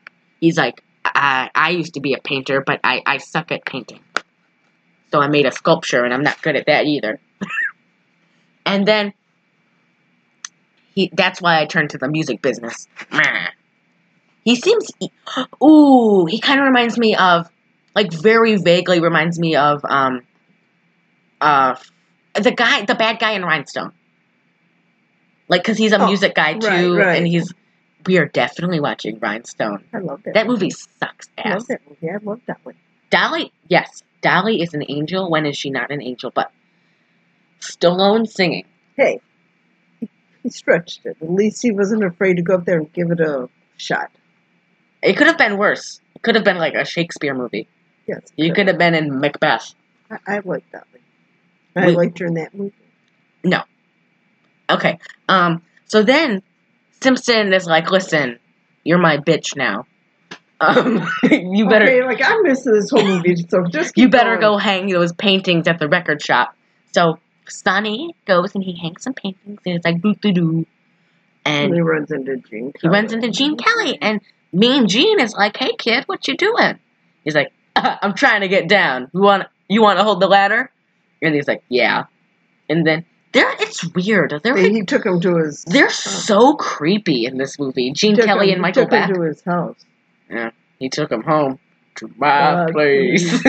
Speaker 1: He's like, I, I used to be a painter, but I, I suck at painting. So I made a sculpture, and I'm not good at that either. and then he that's why I turned to the music business. Meh. He seems e- ooh, he kind of reminds me of like very vaguely reminds me of um uh the guy the bad guy in Rhinestone. Like cuz he's a
Speaker 2: Oh,
Speaker 1: music guy
Speaker 2: right,
Speaker 1: too
Speaker 2: right.
Speaker 1: and he's we are definitely watching Rhinestone.
Speaker 2: I love that.
Speaker 1: That movie sucks
Speaker 2: I love
Speaker 1: ass.
Speaker 2: that movie. I love that one.
Speaker 1: Dolly, yes, Dolly is an angel. When is she not an angel? But Stallone singing.
Speaker 2: Hey, he stretched it. At least he wasn't afraid to go up there and give it a shot.
Speaker 1: It could have been worse. It could have been like a Shakespeare movie.
Speaker 2: Yes,
Speaker 1: You could have been in Macbeth.
Speaker 2: I, I liked that one. I
Speaker 1: We-
Speaker 2: liked her in that movie.
Speaker 1: Okay. Um. So then, Simpson is like, "Listen, you're my bitch now. Um, you better,
Speaker 2: Okay, like I'm missing this whole movie, so just
Speaker 1: you
Speaker 2: keep
Speaker 1: better
Speaker 2: going.
Speaker 1: go hang those paintings at the record shop." So Sonny goes and he hangs some paintings, and it's like doo doo doo,
Speaker 2: And
Speaker 1: and
Speaker 2: he runs into Gene.
Speaker 1: he runs into Gene Kelly, and Mean Gene is like, "Hey kid, what you doing?" He's like, "I'm trying to get down. You want you want to hold the ladder?" And he's like, "Yeah." And then there, it's weird. They're
Speaker 2: He, he took him to his.
Speaker 1: They're so creepy in this movie. Gene
Speaker 2: took
Speaker 1: Kelly
Speaker 2: him-
Speaker 1: and
Speaker 2: he
Speaker 1: Michael
Speaker 2: took
Speaker 1: Beck.
Speaker 2: him to his house.
Speaker 1: he took him home to my
Speaker 2: Uh,
Speaker 1: place.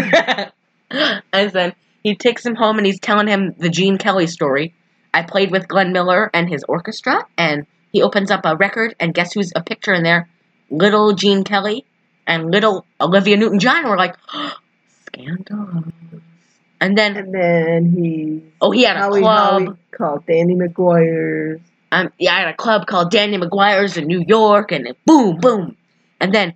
Speaker 1: and then he takes him home and he's telling him the Gene Kelly story. I played with Glenn Miller and his orchestra, and he opens up a record, and guess who's a picture in there? Little Gene Kelly and little Olivia Newton John. We're like, scandal. And then,
Speaker 2: And then he.
Speaker 1: oh, he had a
Speaker 2: Howie
Speaker 1: club.
Speaker 2: Howie called Danny McGuire's
Speaker 1: I'm yeah, at a club called Danny McGuire's in New York, and boom, boom. And then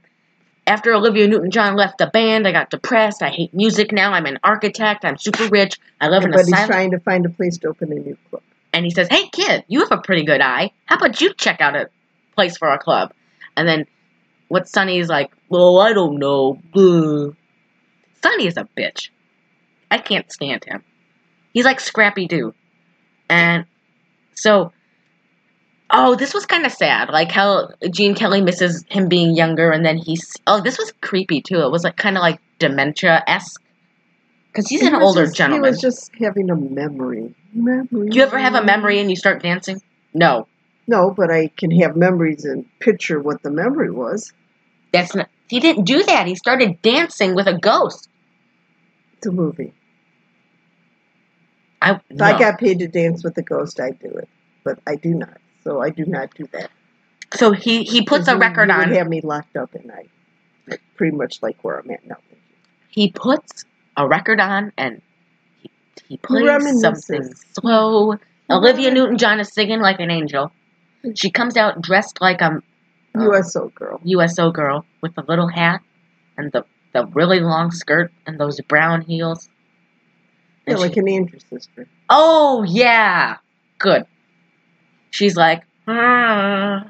Speaker 1: after Olivia Newton John left the band, I got depressed. I hate music now. I'm an architect. I'm super rich. I live in a
Speaker 2: Everybody's
Speaker 1: silent.
Speaker 2: trying to find a place to open a new club.
Speaker 1: and he says, "Hey kid, you have a pretty good eye. How about you check out a place for our club?" And then what Sonny's like, "Well, I don't know." Bleh." Sonny is a bitch. I can't stand him. He's like Scrappy Doo. And so oh, this was kind of sad. Like how Gene Kelly misses him being younger and then he's Oh, this was creepy too. It was like kind of like dementia-esque cuz he's
Speaker 2: He
Speaker 1: an
Speaker 2: was
Speaker 1: older
Speaker 2: just-
Speaker 1: gentleman.
Speaker 2: He was just having a memory. Memory.
Speaker 1: Do you ever have a memory and you start dancing? No.
Speaker 2: No, but I can have memories and picture what the memory was.
Speaker 1: That's not. He didn't do that. He started dancing with a ghost.
Speaker 2: It's a movie.
Speaker 1: I
Speaker 2: If
Speaker 1: no.
Speaker 2: I got paid to dance with a ghost, I'd do it. But I do not. So I do not do that.
Speaker 1: so he he puts a
Speaker 2: You-
Speaker 1: record
Speaker 2: you would
Speaker 1: on.
Speaker 2: have me locked up at night. Pretty much like where I'm at now.
Speaker 1: he puts a record on and he, he plays
Speaker 2: Reminisces.
Speaker 1: something slow. Olivia Newton John is singing like an angel. She comes out dressed like a Oh.
Speaker 2: USO girl.
Speaker 1: USO girl with the little hat and the the really long skirt and those brown heels.
Speaker 2: Yeah,
Speaker 1: And she-
Speaker 2: like an Andrew sister.
Speaker 1: Oh yeah, good. She's like, "Hmm,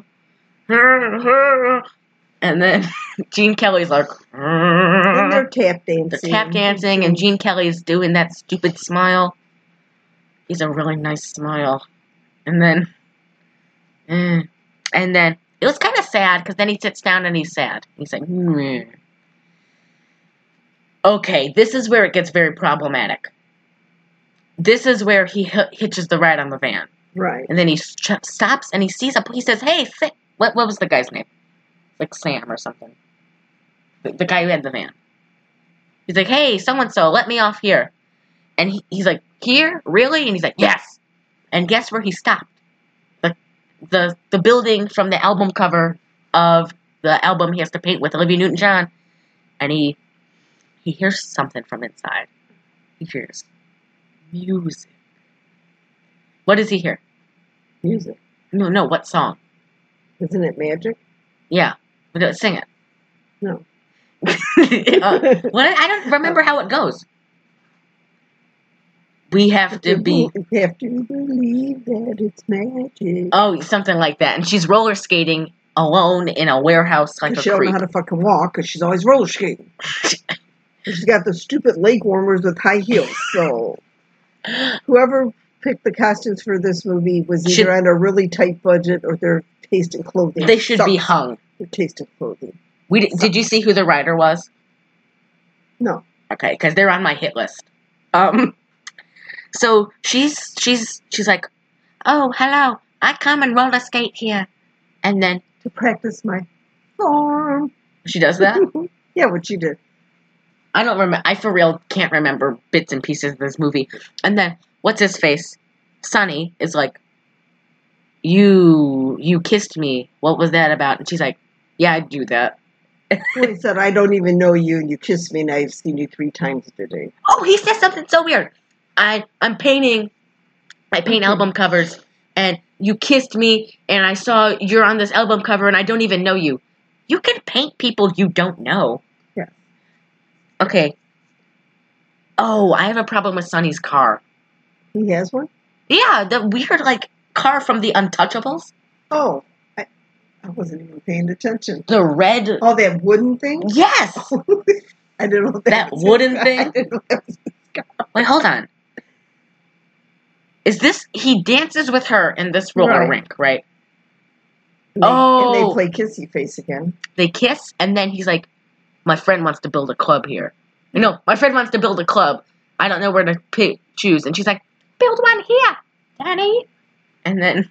Speaker 1: and then Gene Kelly's like, "Hmm."
Speaker 2: And they're tap dancing.
Speaker 1: Uh-huh. they're tap dancing, and Gene Kelly's doing that stupid smile. He's a really nice smile, and then, mm, and then it was kind of sad because then he sits down and he's sad. He's like, "Mm." okay, this is where it gets very problematic. This is where he hi- hitches the ride on the van.
Speaker 2: Right.
Speaker 1: And then he st- stops and he sees a. He says, "Hey, Sa- what? What was the guy's name? Like Sam or something? The, the guy who had the van." He's like, "Hey, so and so, let me off here," and he, he's like, "Here, really?" And he's like, "Yes." And guess where he stopped? The the the building from the album cover of the album he has to paint with Olivia Newton John, and he he hears something from inside. He hears music. What does he hear?
Speaker 2: Music.
Speaker 1: No, no, what song?
Speaker 2: Isn't it magic?
Speaker 1: Yeah, But sing it.
Speaker 2: No.
Speaker 1: Uh, What I don't remember how it goes. We have to be
Speaker 2: You have to believe that it's magic.
Speaker 1: oh something like that, and she's roller skating alone in a warehouse like a
Speaker 2: she don't know
Speaker 1: creep.
Speaker 2: how to fucking walk because she's always roller skating. she's got those stupid leg warmers with high heels. So whoever picked the costumes for this movie was either
Speaker 1: Should-
Speaker 2: on a really tight budget or their taste in clothing.
Speaker 1: They should be
Speaker 2: sucks.
Speaker 1: hung.
Speaker 2: Their taste in clothing.
Speaker 1: We di- did you see who the writer was?
Speaker 2: No,
Speaker 1: Okay, because they're on my hit list. Um, so she's she's she's like, oh hello, I come and roller skate here, and then
Speaker 2: to practice my arm.
Speaker 1: she does that.
Speaker 2: yeah, what she did.
Speaker 1: I don't remember. I for real can't remember bits and pieces of this movie. And then what's his face? Sonny is like, "You, you kissed me. What was that about?" And she's like, "Yeah, I do that."
Speaker 2: Well, he said, I don't even know you, and you kissed me, and I've seen you three times today.
Speaker 1: Oh, he says something so weird. I, I'm painting. I paint album covers, and you kissed me, and I saw you're on this album cover, and I don't even know you. You can paint people you don't know.
Speaker 2: Yeah.
Speaker 1: Okay. Oh, I have a problem with Sonny's car.
Speaker 2: He has one?
Speaker 1: Yeah, the weird like car from the Untouchables.
Speaker 2: Oh, I, I wasn't even paying attention.
Speaker 1: The red.
Speaker 2: Oh, that wooden thing?
Speaker 1: Yes.
Speaker 2: I didn't know
Speaker 1: That
Speaker 2: was
Speaker 1: wooden
Speaker 2: his-
Speaker 1: thing?
Speaker 2: I didn't know that was-
Speaker 1: Wait, hold on. Is this he dances with her in this roller
Speaker 2: Right.
Speaker 1: rink, right?
Speaker 2: and they-
Speaker 1: Oh.
Speaker 2: And they play kissy face again.
Speaker 1: They kiss and then he's like, "My friend wants to build a club here." No, my friend wants to build a club. I don't know where to pick, choose, and she's like, "Build one here, Danny." And then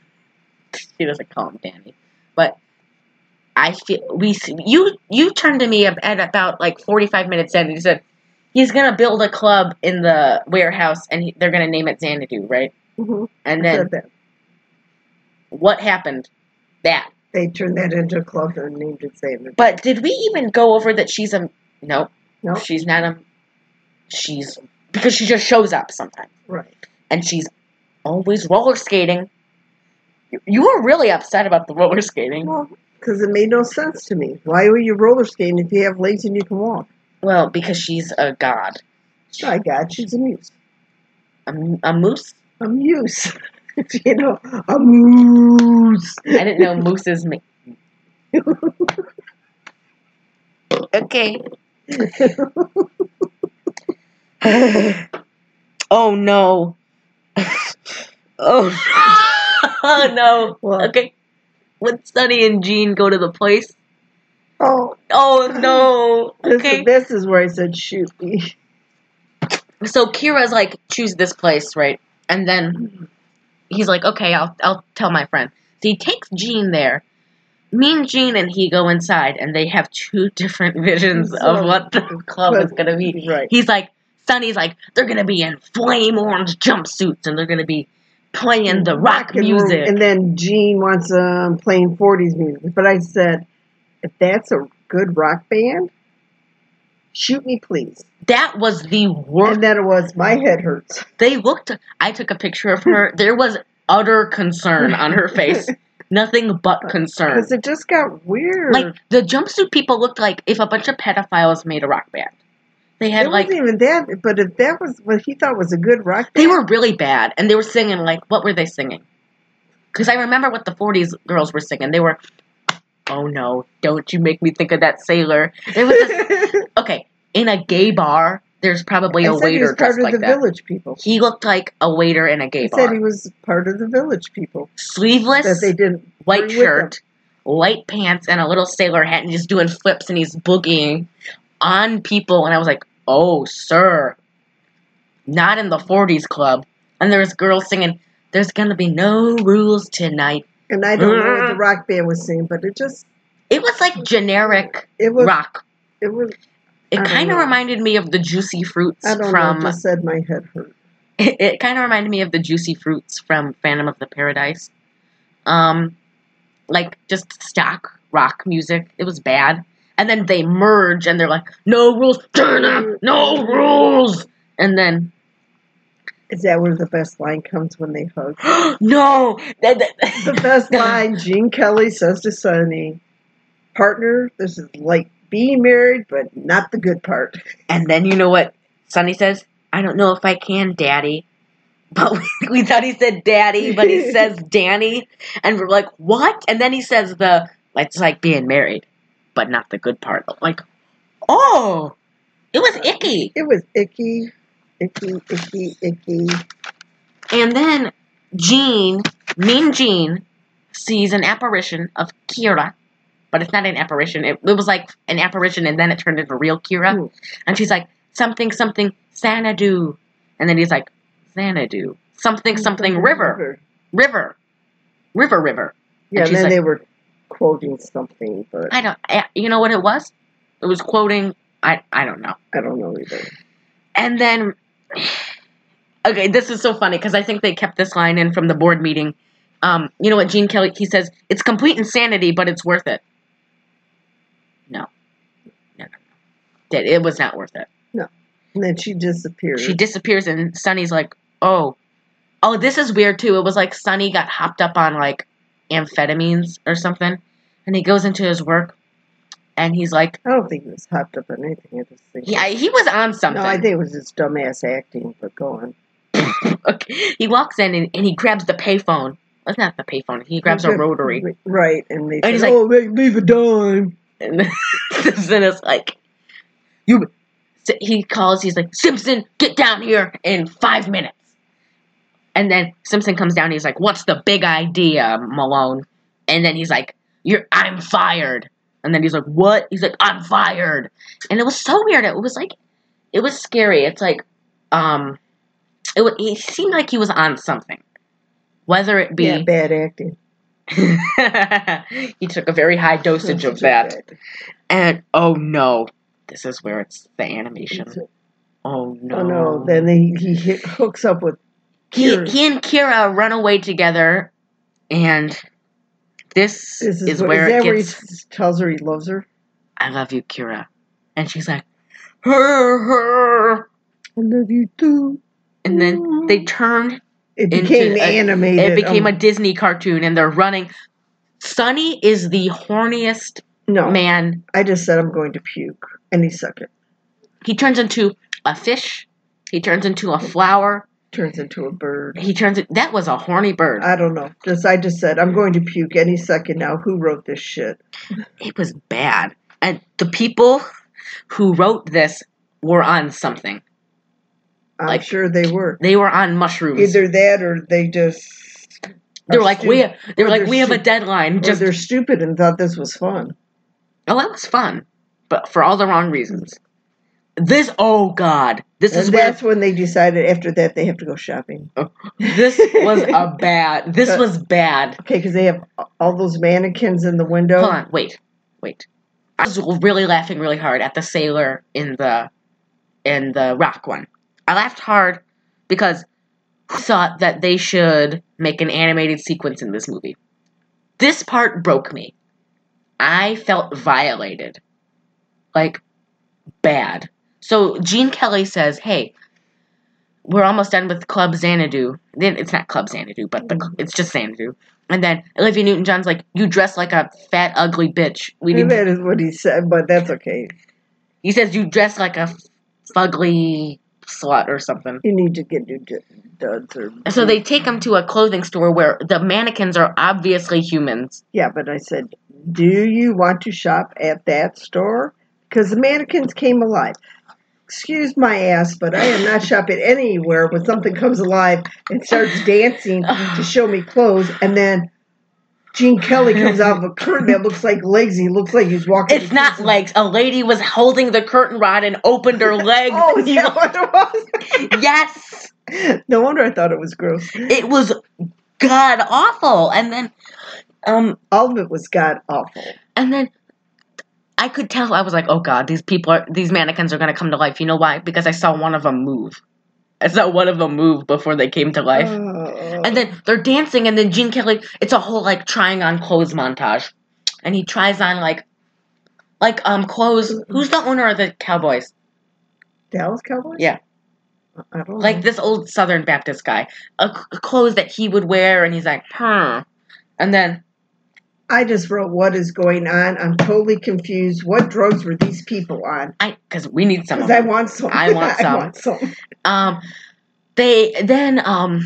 Speaker 1: she doesn't call him Danny, but I feel we you you turned to me at about like forty five minutes in and you said he's gonna build a club in the warehouse and he, they're gonna name it Xanadu, right?
Speaker 2: Mm-hmm.
Speaker 1: And then what happened? That.
Speaker 2: They turned that into a club and named it Xander.
Speaker 1: But did we even go over that she's a no?
Speaker 2: No.
Speaker 1: she's not a. She's because she just shows up sometimes,
Speaker 2: Right.
Speaker 1: and she's always roller skating. You were really upset about the roller skating.
Speaker 2: Well, because it made no sense to me. Why were you roller skating if you have legs and you can walk?
Speaker 1: Well, because she's a god.
Speaker 2: My God, she's a muse.
Speaker 1: A, m- a moose?
Speaker 2: A muse. you know, a muse.
Speaker 1: I didn't know mooses make. okay. oh no. oh. oh no.
Speaker 2: What?
Speaker 1: Okay. When Sunny and Jean go to the place.
Speaker 2: oh,
Speaker 1: Oh no.
Speaker 2: this,
Speaker 1: Okay.
Speaker 2: this is where I said shoot me.
Speaker 1: So Kira's like, choose this place, right? And then he's like, okay, I'll I'll tell my friend. So he takes Jean there. Mean Jean and he go inside, and they have two different visions of
Speaker 2: So-
Speaker 1: what the club is gonna be.
Speaker 2: Right.
Speaker 1: He's like, Sonny's like, they're gonna be in flame orange jumpsuits, and they're gonna be playing the rock
Speaker 2: and roll-
Speaker 1: music.
Speaker 2: And then Gene wants um, playing 40s music. But I said, if that's a good rock band, shoot me, please.
Speaker 1: that was the worst.
Speaker 2: And then it was, my head hurts.
Speaker 1: they looked. I took a picture of her. There was utter concern on her face. Nothing but concern.
Speaker 2: Because it just got weird.
Speaker 1: Like the jumpsuit people looked like if a bunch of pedophiles made a rock band. They had
Speaker 2: it
Speaker 1: like
Speaker 2: wasn't even that, but if that was what he thought was a good rock
Speaker 1: they
Speaker 2: band,
Speaker 1: were really bad, and they were singing like what were they singing? Because I remember what the '40s girls were singing. They were, oh no, don't you make me think of that sailor. It was just, okay in a gay bar. There's probably
Speaker 2: I
Speaker 1: a
Speaker 2: said he was
Speaker 1: waiter
Speaker 2: part
Speaker 1: dressed
Speaker 2: of
Speaker 1: like
Speaker 2: the
Speaker 1: that.
Speaker 2: village people.
Speaker 1: He looked like a waiter in a
Speaker 2: I
Speaker 1: gay
Speaker 2: said
Speaker 1: bar.
Speaker 2: he was part of the village people. That
Speaker 1: Sleeveless,
Speaker 2: they didn't.
Speaker 1: white
Speaker 2: bring with them.
Speaker 1: shirt, white pants, and a little sailor hat, and he's doing flips and he's boogieing on people. And I was like, oh, sir, not in the 40s club. And there's girls singing, there's gonna be no rules tonight.
Speaker 2: And I don't know what the rock band was singing, but it just,
Speaker 1: It was like generic
Speaker 2: it was,
Speaker 1: rock.
Speaker 2: it was, I
Speaker 1: It
Speaker 2: don't
Speaker 1: kind of
Speaker 2: know.
Speaker 1: reminded me of the Juicy Fruits
Speaker 2: I don't
Speaker 1: from.
Speaker 2: know, it just said my head hurt.
Speaker 1: It, it kind of reminded me of the Juicy Fruits from Phantom of the Paradise. Um, like just stock rock music. It was bad. And then they merge and they're like, no rules, turn up, no rules. And then,
Speaker 2: Is that where the best line comes when they hug?
Speaker 1: no. That- that-
Speaker 2: The best line Gene Kelly says to Sonny, partner, this is like being married, but not the good part.
Speaker 1: And then you know what Sonny says? I don't know if I can, Daddy. But we, we thought he said Daddy, but he says Danny. And we're like, what? And then he says the, it's like being married, but not the good part. I'm like, oh, it was icky.
Speaker 2: It was icky, icky, icky, icky.
Speaker 1: And then Jean, Mean Jean, sees an apparition of Kira. But it's not an apparition. It, it was like an apparition, and then it turned into real Kira.
Speaker 2: Ooh.
Speaker 1: And she's like, something, something, Xanadu. And then he's like, Xanadu. Something, something, river. River. River, river. And
Speaker 2: Yeah, and
Speaker 1: she's
Speaker 2: then
Speaker 1: like-
Speaker 2: they were quoting something, but
Speaker 1: I don't, I, you know what it was? It was quoting, I, I don't know.
Speaker 2: I don't know either.
Speaker 1: And then, okay, this is so funny because I think they kept this line in from the board meeting. Um, you know what, Gene Kelly? He says it's complete insanity, but it's worth it. No, no, no, no. That it was not worth it.
Speaker 2: And then she disappeared.
Speaker 1: She disappears, and Sunny's like, "Oh, oh, this is weird too." It was like Sunny got hopped up on like amphetamines or something, and he goes into his work, and he's like,
Speaker 2: I don't think it was hopped up on anything. I just think.
Speaker 1: "Yeah, he was on something."
Speaker 2: No, I think it was just dumbass acting, but go on.
Speaker 1: Okay. He walks in and, and he grabs the payphone. That's not the payphone. He grabs a rotary.
Speaker 2: Right, and they
Speaker 1: And he's
Speaker 2: said,
Speaker 1: like-
Speaker 2: oh, make, leave a dime.
Speaker 1: And then it's like, you. so He calls. He's like, Simpson, get down here in five minutes. And then Simpson comes down. He's like, What's the big idea, Malone? And then he's like, You're, I'm fired. And then he's like, What? He's like, I'm fired. And it was so weird. It was like, it was scary. It's like, um, it wa- he seemed like he was on something, whether it be
Speaker 2: Yeah, bad acting.
Speaker 1: he took a very high dosage of that. And oh no, this is where it's the animation. Oh no.
Speaker 2: Oh no! Then he he hit, hooks up with
Speaker 1: he,
Speaker 2: Kira.
Speaker 1: he and Kira run away together, and this,
Speaker 2: this is,
Speaker 1: is
Speaker 2: what-
Speaker 1: where
Speaker 2: is
Speaker 1: it
Speaker 2: that where he
Speaker 1: gets.
Speaker 2: s- tells her he loves her,
Speaker 1: I love you, Kira. And she's like, her, her.
Speaker 2: I love you too.
Speaker 1: And then they turn
Speaker 2: It
Speaker 1: into
Speaker 2: became
Speaker 1: a-
Speaker 2: animated.
Speaker 1: It became a
Speaker 2: Mm-hmm. um,
Speaker 1: Disney cartoon, and they're running. Sonny is the horniest
Speaker 2: no.
Speaker 1: man.
Speaker 2: I just said I'm going to puke any second.
Speaker 1: He turns into a fish. He turns into
Speaker 2: Mm-hmm.
Speaker 1: a flower.
Speaker 2: Turns into a bird.
Speaker 1: He turns. That was a horny bird.
Speaker 2: I don't know. Just I just said I'm going to puke any second now. Who wrote this shit?
Speaker 1: it was bad. And the people who wrote this were on something.
Speaker 2: I'm
Speaker 1: Like-
Speaker 2: sure they were.
Speaker 1: They were on mushrooms.
Speaker 2: Either that or they just
Speaker 1: they're
Speaker 2: are
Speaker 1: like
Speaker 2: stu-
Speaker 1: we. They
Speaker 2: or
Speaker 1: were like
Speaker 2: they're
Speaker 1: we have a
Speaker 2: stu-
Speaker 1: deadline.
Speaker 2: or
Speaker 1: Just
Speaker 2: they're stupid and thought this was fun.
Speaker 1: oh, that was fun, but for all the wrong reasons. This oh god, this is
Speaker 2: And
Speaker 1: where
Speaker 2: that's when they decided after that they have to go shopping.
Speaker 1: this was a bad.
Speaker 2: Uh,
Speaker 1: This was bad.
Speaker 2: Okay, because they have all those mannequins in the window.
Speaker 1: Hold on, wait, wait. I was really laughing really hard at the sailor in the in the rock one. I laughed hard because who thought that they should make an animated sequence in this movie? This part broke me. I felt violated. Like bad. So Gene Kelly says, "Hey, we're almost done with Club Xanadu. Then it's not Club Xanadu, but the, it's just Xanadu." And then Olivia Newton-John's like, "You dress like a fat ugly bitch. We need to
Speaker 2: that is what he said, but that's okay.
Speaker 1: He says you dress like a fugly slut or something.
Speaker 2: You need to get new d- duds or
Speaker 1: So they take him to a clothing store where the mannequins are obviously humans.
Speaker 2: Yeah, but I said, do you want to shop at that store? Because the mannequins came alive. Excuse my ass, but I am not shopping anywhere when something comes alive and starts dancing to show me clothes, and then Gene Kelly comes out of a curtain that looks like legs. He looks like he's walking.
Speaker 1: It's not legs. A lady was holding the curtain rod and opened her leg.
Speaker 2: Oh, is that what it was?
Speaker 1: yes,
Speaker 2: no wonder I thought it was gross.
Speaker 1: it was god awful. And then, um,
Speaker 2: All of it was god awful.
Speaker 1: and then I could tell. I was like, oh god, these people are these mannequins are gonna come to life. You know why? Because I saw one of them move. I saw one of them move before they came to life.
Speaker 2: Oh.
Speaker 1: And then they're dancing, and then Gene Kelly, it's a whole like trying on clothes montage. And he tries on like, like, um, clothes. Who's the owner of the Cowboys?
Speaker 2: Dallas Cowboys.
Speaker 1: Yeah.
Speaker 2: I don't
Speaker 1: Like
Speaker 2: know.
Speaker 1: this old Southern Baptist guy. A c- clothes that he would wear, and he's like, hmm. And then,
Speaker 2: I just wrote what is going on. I'm totally confused. What drugs were these people on?
Speaker 1: I, cause we need some of
Speaker 2: Because I
Speaker 1: them.
Speaker 2: want some.
Speaker 1: I want some.
Speaker 2: I want some.
Speaker 1: Um, they, then, um,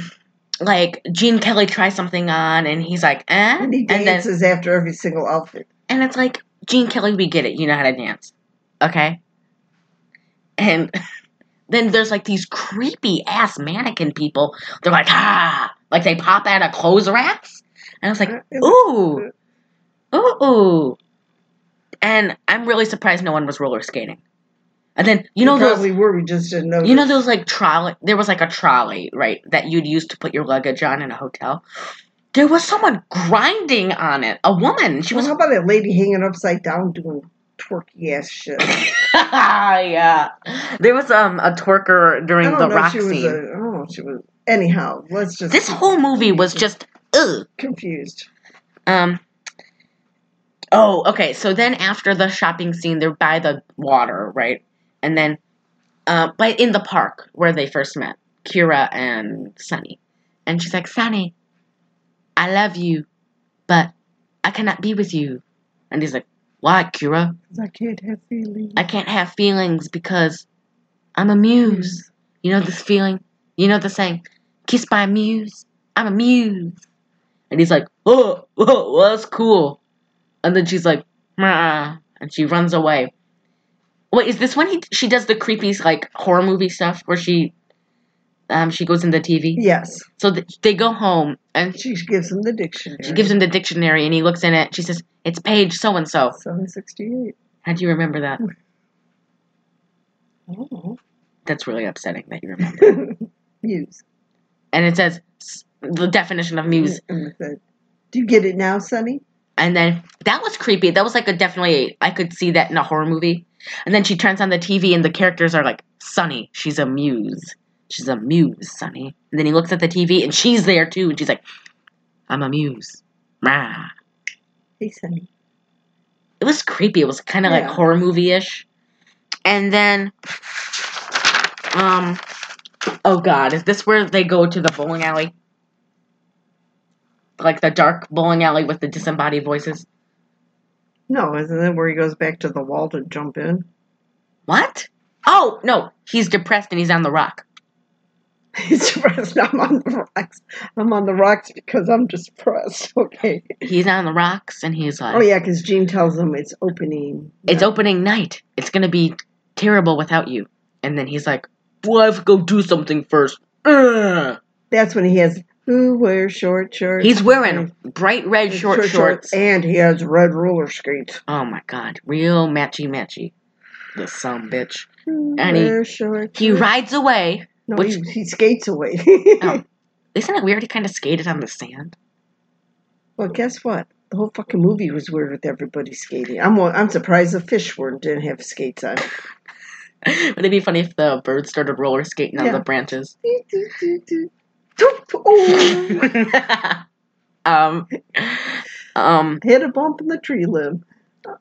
Speaker 1: like, Gene Kelly tries something on, and he's like, eh?
Speaker 2: And he
Speaker 1: then,
Speaker 2: dances after every single outfit.
Speaker 1: And it's like, Gene Kelly, we get it. You know how to dance. Okay? And then there's like these creepy ass mannequin people. They're like, ah! Like they pop out of clothes racks. And I was like, ooh! Ooh, ooh. And I'm really surprised no one was roller skating. And then, you know,
Speaker 2: we
Speaker 1: those.
Speaker 2: probably were. We just didn't know.
Speaker 1: You know those like trolley? There was like a trolley, right, that you'd use to put your luggage on in a hotel. There was someone grinding on it. A woman. She
Speaker 2: Well,
Speaker 1: was
Speaker 2: how about that lady hanging upside down doing twerky ass shit? I
Speaker 1: yeah. There was um a twerker during
Speaker 2: don't
Speaker 1: the
Speaker 2: know.
Speaker 1: rock
Speaker 2: she was
Speaker 1: scene.
Speaker 2: a. I don't know. She was. Anyhow, let's just.
Speaker 1: This whole movie was just ugh.
Speaker 2: confused.
Speaker 1: Um Oh, okay. So then after the shopping scene, they're by the water, right? And then uh but in the park where they first met, Kira and Sunny. And she's like, "Sunny, I love you, but I cannot be with you." And he's like, "Why, Kira?
Speaker 2: 'Cause I can't have feelings.
Speaker 1: I can't have feelings because I'm a muse." You know this feeling? You know the saying, kissed by a muse? I'm a muse. And he's like, oh, oh, well, that's cool. And then she's like, Mah, and she runs away. Wait, is this when he, she does the creepy, like, horror movie stuff where she, um, she goes in the TV?
Speaker 2: Yes.
Speaker 1: So th- they go home, and
Speaker 2: She gives him the dictionary.
Speaker 1: she gives him the dictionary, and he looks in it. She says, it's page so-and-so.
Speaker 2: 768.
Speaker 1: How do you remember that?
Speaker 2: I don't
Speaker 1: Oh.
Speaker 2: know.
Speaker 1: That's really upsetting that you remember.
Speaker 2: Muse.
Speaker 1: And it says, s- the definition of muse
Speaker 2: And I said, Mm-hmm. Do you get it now, Sonny?
Speaker 1: And then that was creepy. That was like a definitely I could see that in a horror movie. And then she turns on the TV and the characters are like, Sunny, she's a muse. She's a muse, Sunny. And then he looks at the TV and she's there too, and she's like, I'm a muse. Rah.
Speaker 2: Hey, Sonny.
Speaker 1: It was creepy. It was kind of like
Speaker 2: Yeah.
Speaker 1: horror movie ish. And then um Oh God, is this where they go to the bowling alley? Like the dark bowling alley with the disembodied voices.
Speaker 2: No, isn't it where he goes back to the wall to jump in?
Speaker 1: What? Oh no, he's depressed and he's on the rock.
Speaker 2: He's depressed. I'm on the rocks. I'm on the rocks because I'm depressed. Okay.
Speaker 1: He's on the rocks and he's like,
Speaker 2: Oh yeah, because Gene tells him it's opening.
Speaker 1: "It's opening night. It's gonna be terrible without you." And then he's like, "Well, I have to go do something first. Ugh.
Speaker 2: That's when he has who wears short shorts.
Speaker 1: He's wearing bright red
Speaker 2: His
Speaker 1: short shorts.
Speaker 2: and he has red roller skates.
Speaker 1: Oh my God, real matchy matchy. The some bitch.
Speaker 2: Who
Speaker 1: And he-
Speaker 2: wears short
Speaker 1: He
Speaker 2: shorts?
Speaker 1: rides away.
Speaker 2: No,
Speaker 1: which-
Speaker 2: he, he skates away.
Speaker 1: Oh. Isn't it weird? He kind of skated on the sand.
Speaker 2: Well, guess what? The whole fucking movie was weird with everybody skating. I'm I'm surprised the fish weren't didn't have skates on.
Speaker 1: Would it be funny if the birds started roller skating on
Speaker 2: Yeah.
Speaker 1: the branches?
Speaker 2: oh,
Speaker 1: um, um.
Speaker 2: hit a bump in the tree limb.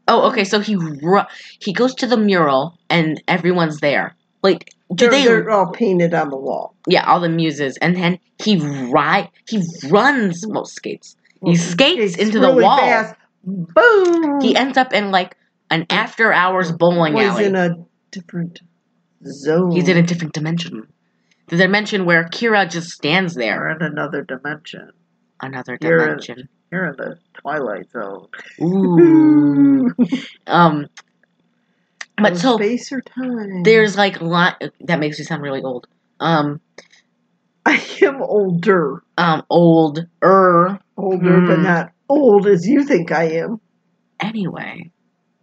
Speaker 1: Oh, okay. So he ru- he goes to the mural and everyone's there. Like, do
Speaker 2: They're,
Speaker 1: they?
Speaker 2: they're all painted on the wall.
Speaker 1: yeah, all the muses, and then he ride he runs. Well, skates. He skates
Speaker 2: It's
Speaker 1: into the
Speaker 2: really
Speaker 1: wall.
Speaker 2: fast. Boom.
Speaker 1: He ends up in like an after hours bowling
Speaker 2: Well,
Speaker 1: alley.
Speaker 2: He's in a different zone.
Speaker 1: He's in a different dimension. The dimension where Kira just stands
Speaker 2: You're
Speaker 1: there.
Speaker 2: in another dimension.
Speaker 1: Another
Speaker 2: You're in-
Speaker 1: dimension.
Speaker 2: You're in the twilight zone.
Speaker 1: Ooh. Um. But
Speaker 2: No
Speaker 1: so
Speaker 2: Oh, space or time.
Speaker 1: there's like a lot that makes me sound really old. Um.
Speaker 2: I am older,
Speaker 1: Um. Old. Er.
Speaker 2: older, but
Speaker 1: Hmm.
Speaker 2: not old as you think I am.
Speaker 1: Anyway.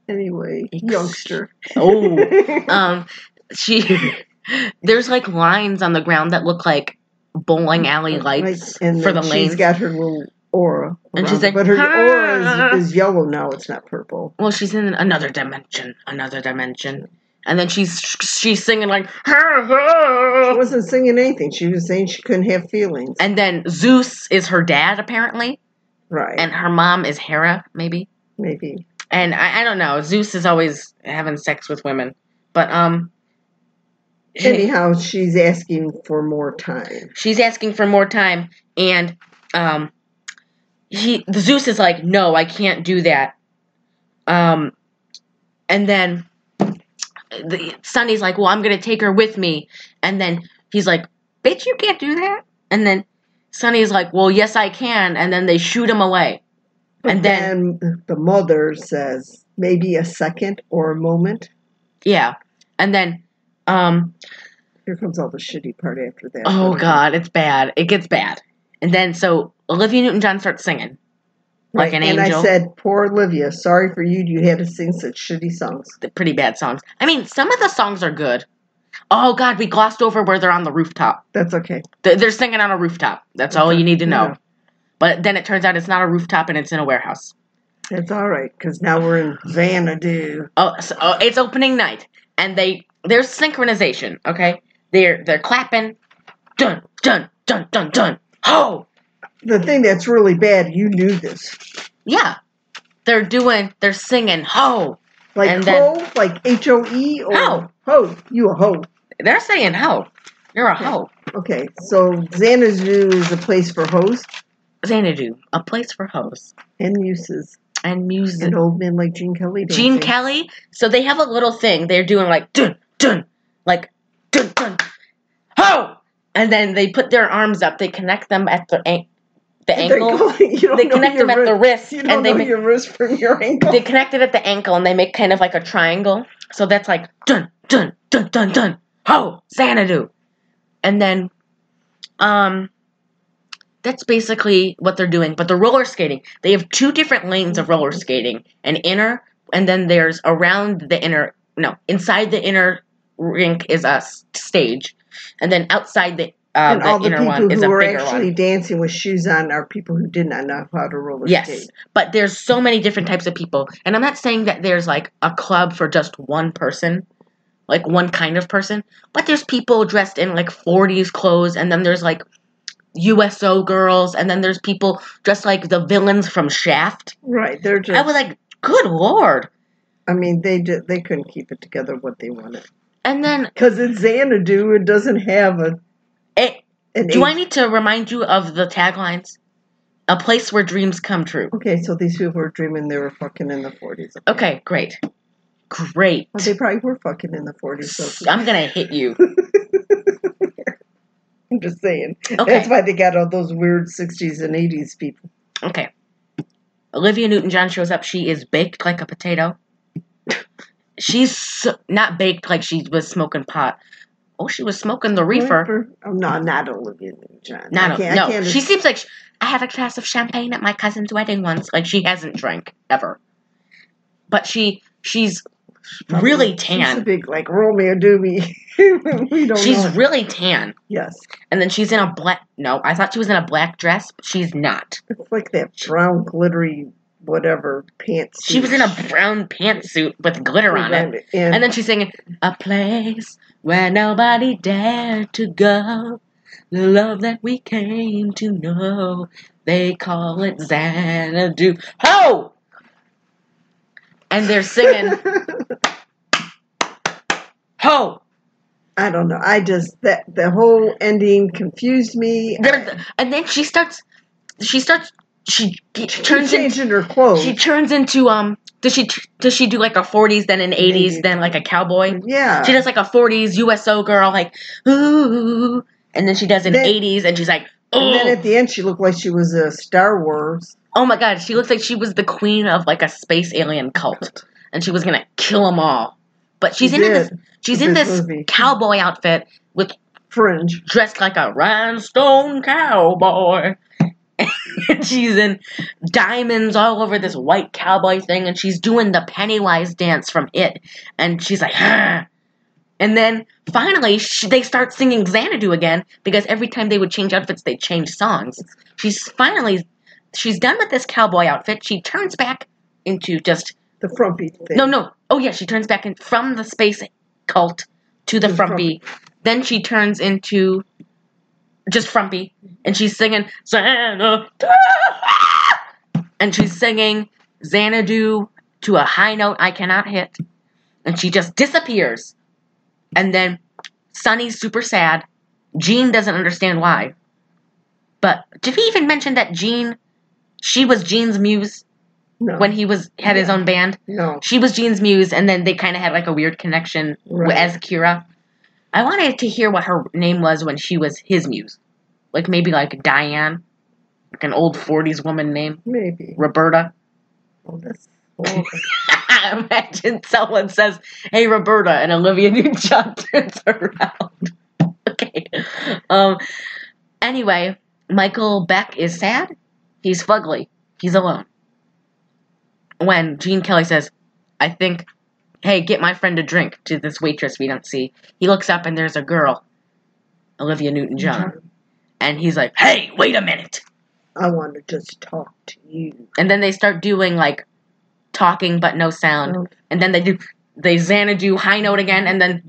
Speaker 2: Anyway,
Speaker 1: Ex-
Speaker 2: youngster.
Speaker 1: Oh. um. She. there's like lines on the ground that look like bowling alley lights
Speaker 2: and
Speaker 1: for the
Speaker 2: then she's
Speaker 1: lanes.
Speaker 2: got her little aura,
Speaker 1: And
Speaker 2: around
Speaker 1: she's
Speaker 2: her,
Speaker 1: like,
Speaker 2: but her
Speaker 1: "Ah."
Speaker 2: aura is, is yellow now. It's not purple.
Speaker 1: well, she's in another dimension. Another dimension. And then she's she's singing like. "Ah, ah."
Speaker 2: She wasn't singing anything. She was saying she couldn't have feelings.
Speaker 1: And then Zeus is her dad, apparently,
Speaker 2: right?
Speaker 1: and her mom is Hera, maybe.
Speaker 2: Maybe.
Speaker 1: And I, I don't know. Zeus is always having sex with women, but um, she-
Speaker 2: Anyhow, she's asking for more time.
Speaker 1: she's asking for more time, and um, he Zeus is like, no, I can't do that. Um, and then the Sonny's like, well, I'm gonna take her with me, and then he's like, bitch, you can't do that. And then Sonny's like, well, yes, I can. And then they shoot him away.
Speaker 2: But
Speaker 1: And
Speaker 2: then, the mother says maybe a second or a moment.
Speaker 1: Yeah, and then um,
Speaker 2: Here comes all the shitty part after that.
Speaker 1: Oh
Speaker 2: But-
Speaker 1: God, it's bad. It gets bad. And then so Olivia Newton-John starts singing. like an
Speaker 2: and
Speaker 1: angel.
Speaker 2: I said, poor Olivia, sorry for you. You had to sing such shitty songs.
Speaker 1: The pretty bad songs. I mean, some of the songs are good. Oh God, we glossed over where they're on the rooftop.
Speaker 2: That's okay.
Speaker 1: They're, they're singing on a rooftop. That's all
Speaker 2: Okay,
Speaker 1: you need to know.
Speaker 2: yeah.
Speaker 1: But then it turns out it's not a rooftop and it's in a warehouse.
Speaker 2: That's all right because now we're in Xanadu.
Speaker 1: Oh, so, oh, it's opening night, and they there's synchronization. Okay, they're they're clapping. Dun dun dun dun dun. Ho!
Speaker 2: The thing that's really bad, you knew this.
Speaker 1: Yeah, they're doing. They're singing. Ho!
Speaker 2: Like
Speaker 1: And
Speaker 2: ho,
Speaker 1: then-
Speaker 2: like H O E or
Speaker 1: Ho.
Speaker 2: ho. You a hoe.
Speaker 1: They're saying ho. You're a ho.
Speaker 2: Okay, so Xanadu is a place for hoes
Speaker 1: Xanadu, a place for hoes
Speaker 2: and muses
Speaker 1: and music.
Speaker 2: and old men like Gene Kelly. dancing.
Speaker 1: Gene Kelly. So they have a little thing. They're doing like dun dun, like dun dun, ho, and then they put their arms up. They connect them at the an- the
Speaker 2: They're
Speaker 1: ankle.
Speaker 2: going- you don't
Speaker 1: They
Speaker 2: know
Speaker 1: connect
Speaker 2: your
Speaker 1: them at the wrist,
Speaker 2: You don't
Speaker 1: and they
Speaker 2: know
Speaker 1: make,
Speaker 2: your wrist from your ankle.
Speaker 1: they connect it at the ankle, and they make kind of like a triangle. So that's like dun dun dun dun dun, ho, Xanadu, and then um. That's basically what they're doing. But the roller skating, they have two different lanes of roller skating an inner, and then there's around the inner, no, inside the inner rink is a s- stage, and then outside the, uh,
Speaker 2: and all
Speaker 1: the
Speaker 2: the
Speaker 1: inner
Speaker 2: people
Speaker 1: one is
Speaker 2: who
Speaker 1: a
Speaker 2: were
Speaker 1: bigger
Speaker 2: actually
Speaker 1: one.
Speaker 2: dancing with shoes on are people who did not know how to roller
Speaker 1: Yes,
Speaker 2: skate.
Speaker 1: but there's so many different types of people. And I'm not saying that there's like a club for just one person, like one kind of person, but there's people dressed in like 40s clothes, and then there's like USO girls, and then there's people dressed like the villains from Shaft.
Speaker 2: Right? They're just.
Speaker 1: I was like, good lord.
Speaker 2: I mean, they did. They couldn't keep it together what they wanted
Speaker 1: And then
Speaker 2: because it's Xanadu. It doesn't have a an
Speaker 1: eh, Do
Speaker 2: eight-
Speaker 1: I need to remind you of the taglines? A place where dreams come true.
Speaker 2: Okay, so these people were dreaming they were fucking in the 40s.
Speaker 1: Okay, great. Great.
Speaker 2: Well, they probably were fucking in the 40s. So
Speaker 1: I'm going to hit you.
Speaker 2: I'm just saying. That's
Speaker 1: Okay.
Speaker 2: why they got all those weird 60s and 80s people.
Speaker 1: Okay. Olivia Newton John shows up. She is baked like a potato. She's so, not baked like she was smoking pot. Oh, she was smoking the reefer.
Speaker 2: Oh, no, not Olivia Newton-John.
Speaker 1: No,
Speaker 2: I
Speaker 1: no,
Speaker 2: can't, I
Speaker 1: no.
Speaker 2: can't
Speaker 1: She seems like sh I had a glass of champagne at my cousin's wedding once. Like she hasn't drank ever, but she she's
Speaker 2: Probably.
Speaker 1: really
Speaker 2: She's a
Speaker 1: tan.
Speaker 2: big, like Romeo Doobie. we don't
Speaker 1: She's
Speaker 2: know.
Speaker 1: really tan,
Speaker 2: yes,
Speaker 1: and then she's in a black. No, I thought she was in a black dress, but she's not.
Speaker 2: it's like that brown glittery whatever pants.
Speaker 1: She was in a brown pantsuit with glitter on it, and then she's singing a place where nobody dared to go. The love that we came to know, they call it Xanadu. Ho! And they're singing Ho!
Speaker 2: I don't know. I just that the whole ending confused me.
Speaker 1: There- and then she starts. She starts. She, she
Speaker 2: She's
Speaker 1: turns into.
Speaker 2: changing her clothes.
Speaker 1: She turns into um. Does she does she do like a forties then an eighties then like a cowboy?
Speaker 2: yeah.
Speaker 1: She does like a forties USO girl like ooh, and then she does an
Speaker 2: Then-
Speaker 1: eighties and she's like
Speaker 2: and then
Speaker 1: oh,
Speaker 2: at the end, she looked like she was a Star Wars.
Speaker 1: oh my god, she looks like she was the queen of like a space alien cult and she was gonna kill them all. But she's
Speaker 2: She
Speaker 1: in this
Speaker 2: did.
Speaker 1: she's
Speaker 2: This
Speaker 1: in this
Speaker 2: movie.
Speaker 1: cowboy outfit with
Speaker 2: Fringe.
Speaker 1: dressed like a rhinestone cowboy. and she's in diamonds all over this white cowboy thing, and she's doing the Pennywise dance from it. And she's like, "Huh." and then finally she, they start singing Xanadu again because every time they would change outfits, they change songs. She's finally she's done with this cowboy outfit. She turns back into just
Speaker 2: The frumpy thing.
Speaker 1: no, no. Oh yeah, she turns back in from the space cult to the
Speaker 2: To the
Speaker 1: frumpy. Then she turns into just frumpy, and she's singing Xanadu, and she's singing Xanadu to a high note I cannot hit, and she just disappears. And then Sunny's super sad. Jean doesn't understand why. But did we even mention that Jean? She was Jean's muse
Speaker 2: no,
Speaker 1: when he was had his
Speaker 2: Yeah.
Speaker 1: own band
Speaker 2: no.
Speaker 1: she was Jean's muse, and then they kind of had like a weird connection w
Speaker 2: Right.
Speaker 1: as Kira. I wanted to hear what her name was when she was his muse, like maybe like Diane, like an old '40s woman name,
Speaker 2: Maybe.
Speaker 1: Roberta.
Speaker 2: Oh, that's horrible.
Speaker 1: Imagine someone says, "Hey, Roberta," and Olivia Newton-John turns around. okay. Um. Anyway, Michael Beck is sad. He's fugly. He's alone. When Gene Kelly says, "I think, hey, get my friend a drink," to this waitress we don't see, he looks up and there's a girl, Olivia
Speaker 2: Mm-hmm.
Speaker 1: Newton-John, and he's like, "Hey, wait a minute!"
Speaker 2: I want to just talk to you.
Speaker 1: And then they start doing like talking but no sound,
Speaker 2: Um,
Speaker 1: and then they do they Xanadu high note again, and then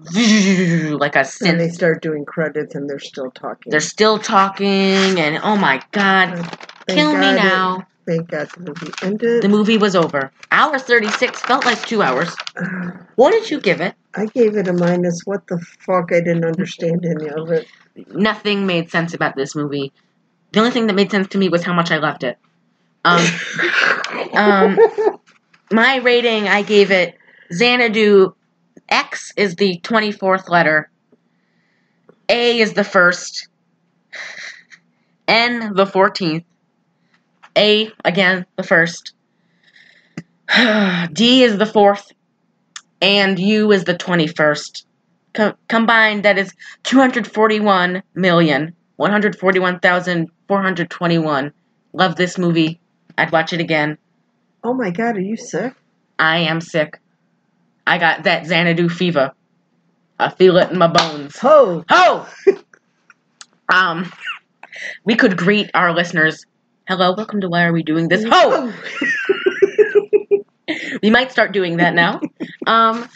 Speaker 1: like a
Speaker 2: and they
Speaker 1: synth.
Speaker 2: start doing credits, and they're still talking.
Speaker 1: They're still talking, and oh my god,
Speaker 2: Thank
Speaker 1: kill me
Speaker 2: Oh God it-
Speaker 1: now.
Speaker 2: thank God the movie ended.
Speaker 1: The movie was over. Hour 36 felt like two hours. What did you give it?
Speaker 2: I gave it a minus. What the fuck? I didn't understand any of it.
Speaker 1: Nothing made sense about this movie. The only thing that made sense to me was how much I loved it. Um, um, my rating, I gave it Xanadu. X is the 24th letter, A is the first, N the 14th, A again the first, D is the fourth, and U is the 21st. Co- combined, that is 241,141,421. Love this movie. I'd watch it again.
Speaker 2: oh my God, are you sick?
Speaker 1: I am sick. I got that Xanadu fever. I feel it in my bones.
Speaker 2: Oh,
Speaker 1: Ho! um, we could greet our listeners. Hello, welcome to Why Are We Doing This? Ho! We might start doing that now. Um,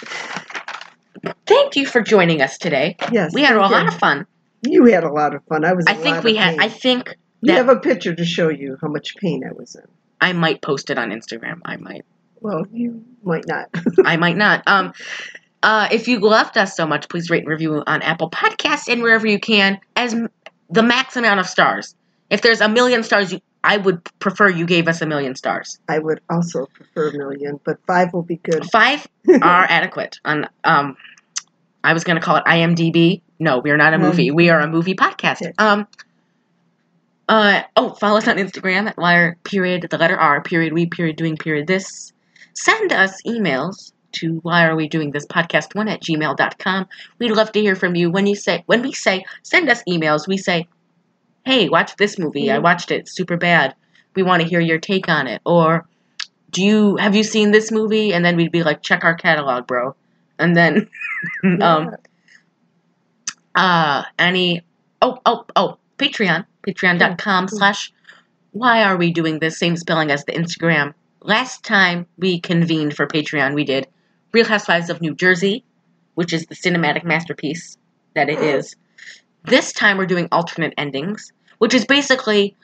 Speaker 1: thank you for joining us today.
Speaker 2: Yes,
Speaker 1: We had a
Speaker 2: thank
Speaker 1: lot
Speaker 2: you.
Speaker 1: of fun.
Speaker 2: You had a lot of fun. I was.
Speaker 1: I
Speaker 2: in a
Speaker 1: think
Speaker 2: lot
Speaker 1: we
Speaker 2: of
Speaker 1: had.
Speaker 2: pain.
Speaker 1: I think
Speaker 2: you
Speaker 1: that-
Speaker 2: have a picture to show you how much pain I was in.
Speaker 1: I might post it on Instagram. I might.
Speaker 2: Well, you might not.
Speaker 1: I might not. Um, uh, if you loved us so much, please rate and review on Apple Podcasts and wherever you can. As m- the max amount of stars. If there's a million stars, you, I would prefer you gave us a million stars.
Speaker 2: I would also prefer a million, but five will be good.
Speaker 1: Five are adequate. On um, I was going to call it IMDb. No, we are not a
Speaker 2: Um,
Speaker 1: movie. We are a movie podcast.
Speaker 2: yes.
Speaker 1: Um. Uh, oh, follow us on Instagram at liar period the letter R period we period doing period this. Send us emails to why are we doing this podcast one at gmail.com. We'd love to hear from you when you say when we say send us emails. We say, hey, watch this movie. I
Speaker 2: Mhm.
Speaker 1: watched it. It's Super bad. We want to hear your take on it. Or do you have you seen this movie? And then we'd be like, check our catalog, bro. And then um,
Speaker 2: Yeah.
Speaker 1: uh any oh oh oh patreon patreon.com slash why are we doing this same spelling as the instagram last time we convened for patreon we did real housewives of new jersey which is the cinematic masterpiece that it is this time we're doing alternate endings which is basically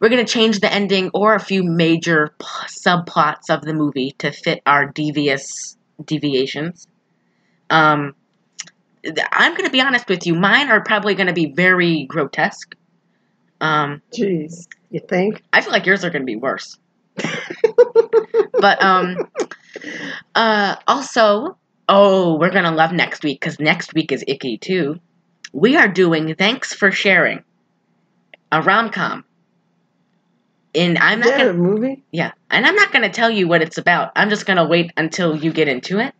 Speaker 1: we're going to change the ending or a few major p- subplots of the movie to fit our devious deviations um I'm going to be honest with you. Mine are probably going to be very grotesque. Um,
Speaker 2: Jeez, you think?
Speaker 1: I feel like yours are going to be worse. but um, uh, also, oh, we're going to love next week because next week is icky too. We are doing Thanks for Sharing, a rom com. And I'm
Speaker 2: Is
Speaker 1: not
Speaker 2: that
Speaker 1: gonna,
Speaker 2: a movie?
Speaker 1: yeah, and I'm not gonna tell you what it's about. I'm just gonna wait until you get into it.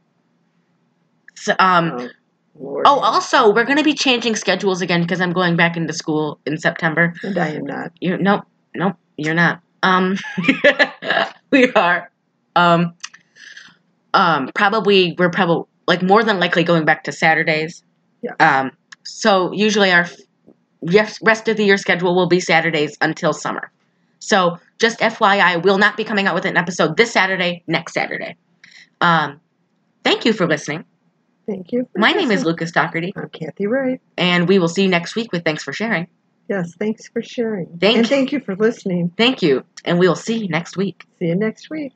Speaker 1: So, um,
Speaker 2: Oh, Lord.
Speaker 1: oh, also, we're gonna be changing schedules again because I'm going back into school in September.
Speaker 2: And I am not.
Speaker 1: You're nope, nope, you're not. Um we are. Um um probably we're probably like more than likely going back to Saturdays.
Speaker 2: Yeah.
Speaker 1: Um so usually our yes rest of the year schedule will be Saturdays until summer. So just FYI, we'll not be coming out with an episode this Saturday, next Saturday. Um thank you for listening.
Speaker 2: Thank you. for
Speaker 1: My name is
Speaker 2: listening.
Speaker 1: Lucas Doherty,
Speaker 2: I'm Kathy Wright.
Speaker 1: and we will see you next week with thanks for sharing.
Speaker 2: Yes, thanks for sharing.
Speaker 1: Thank
Speaker 2: and
Speaker 1: you.
Speaker 2: thank you for listening.
Speaker 1: Thank you, and we will see you next week.
Speaker 2: See you next week.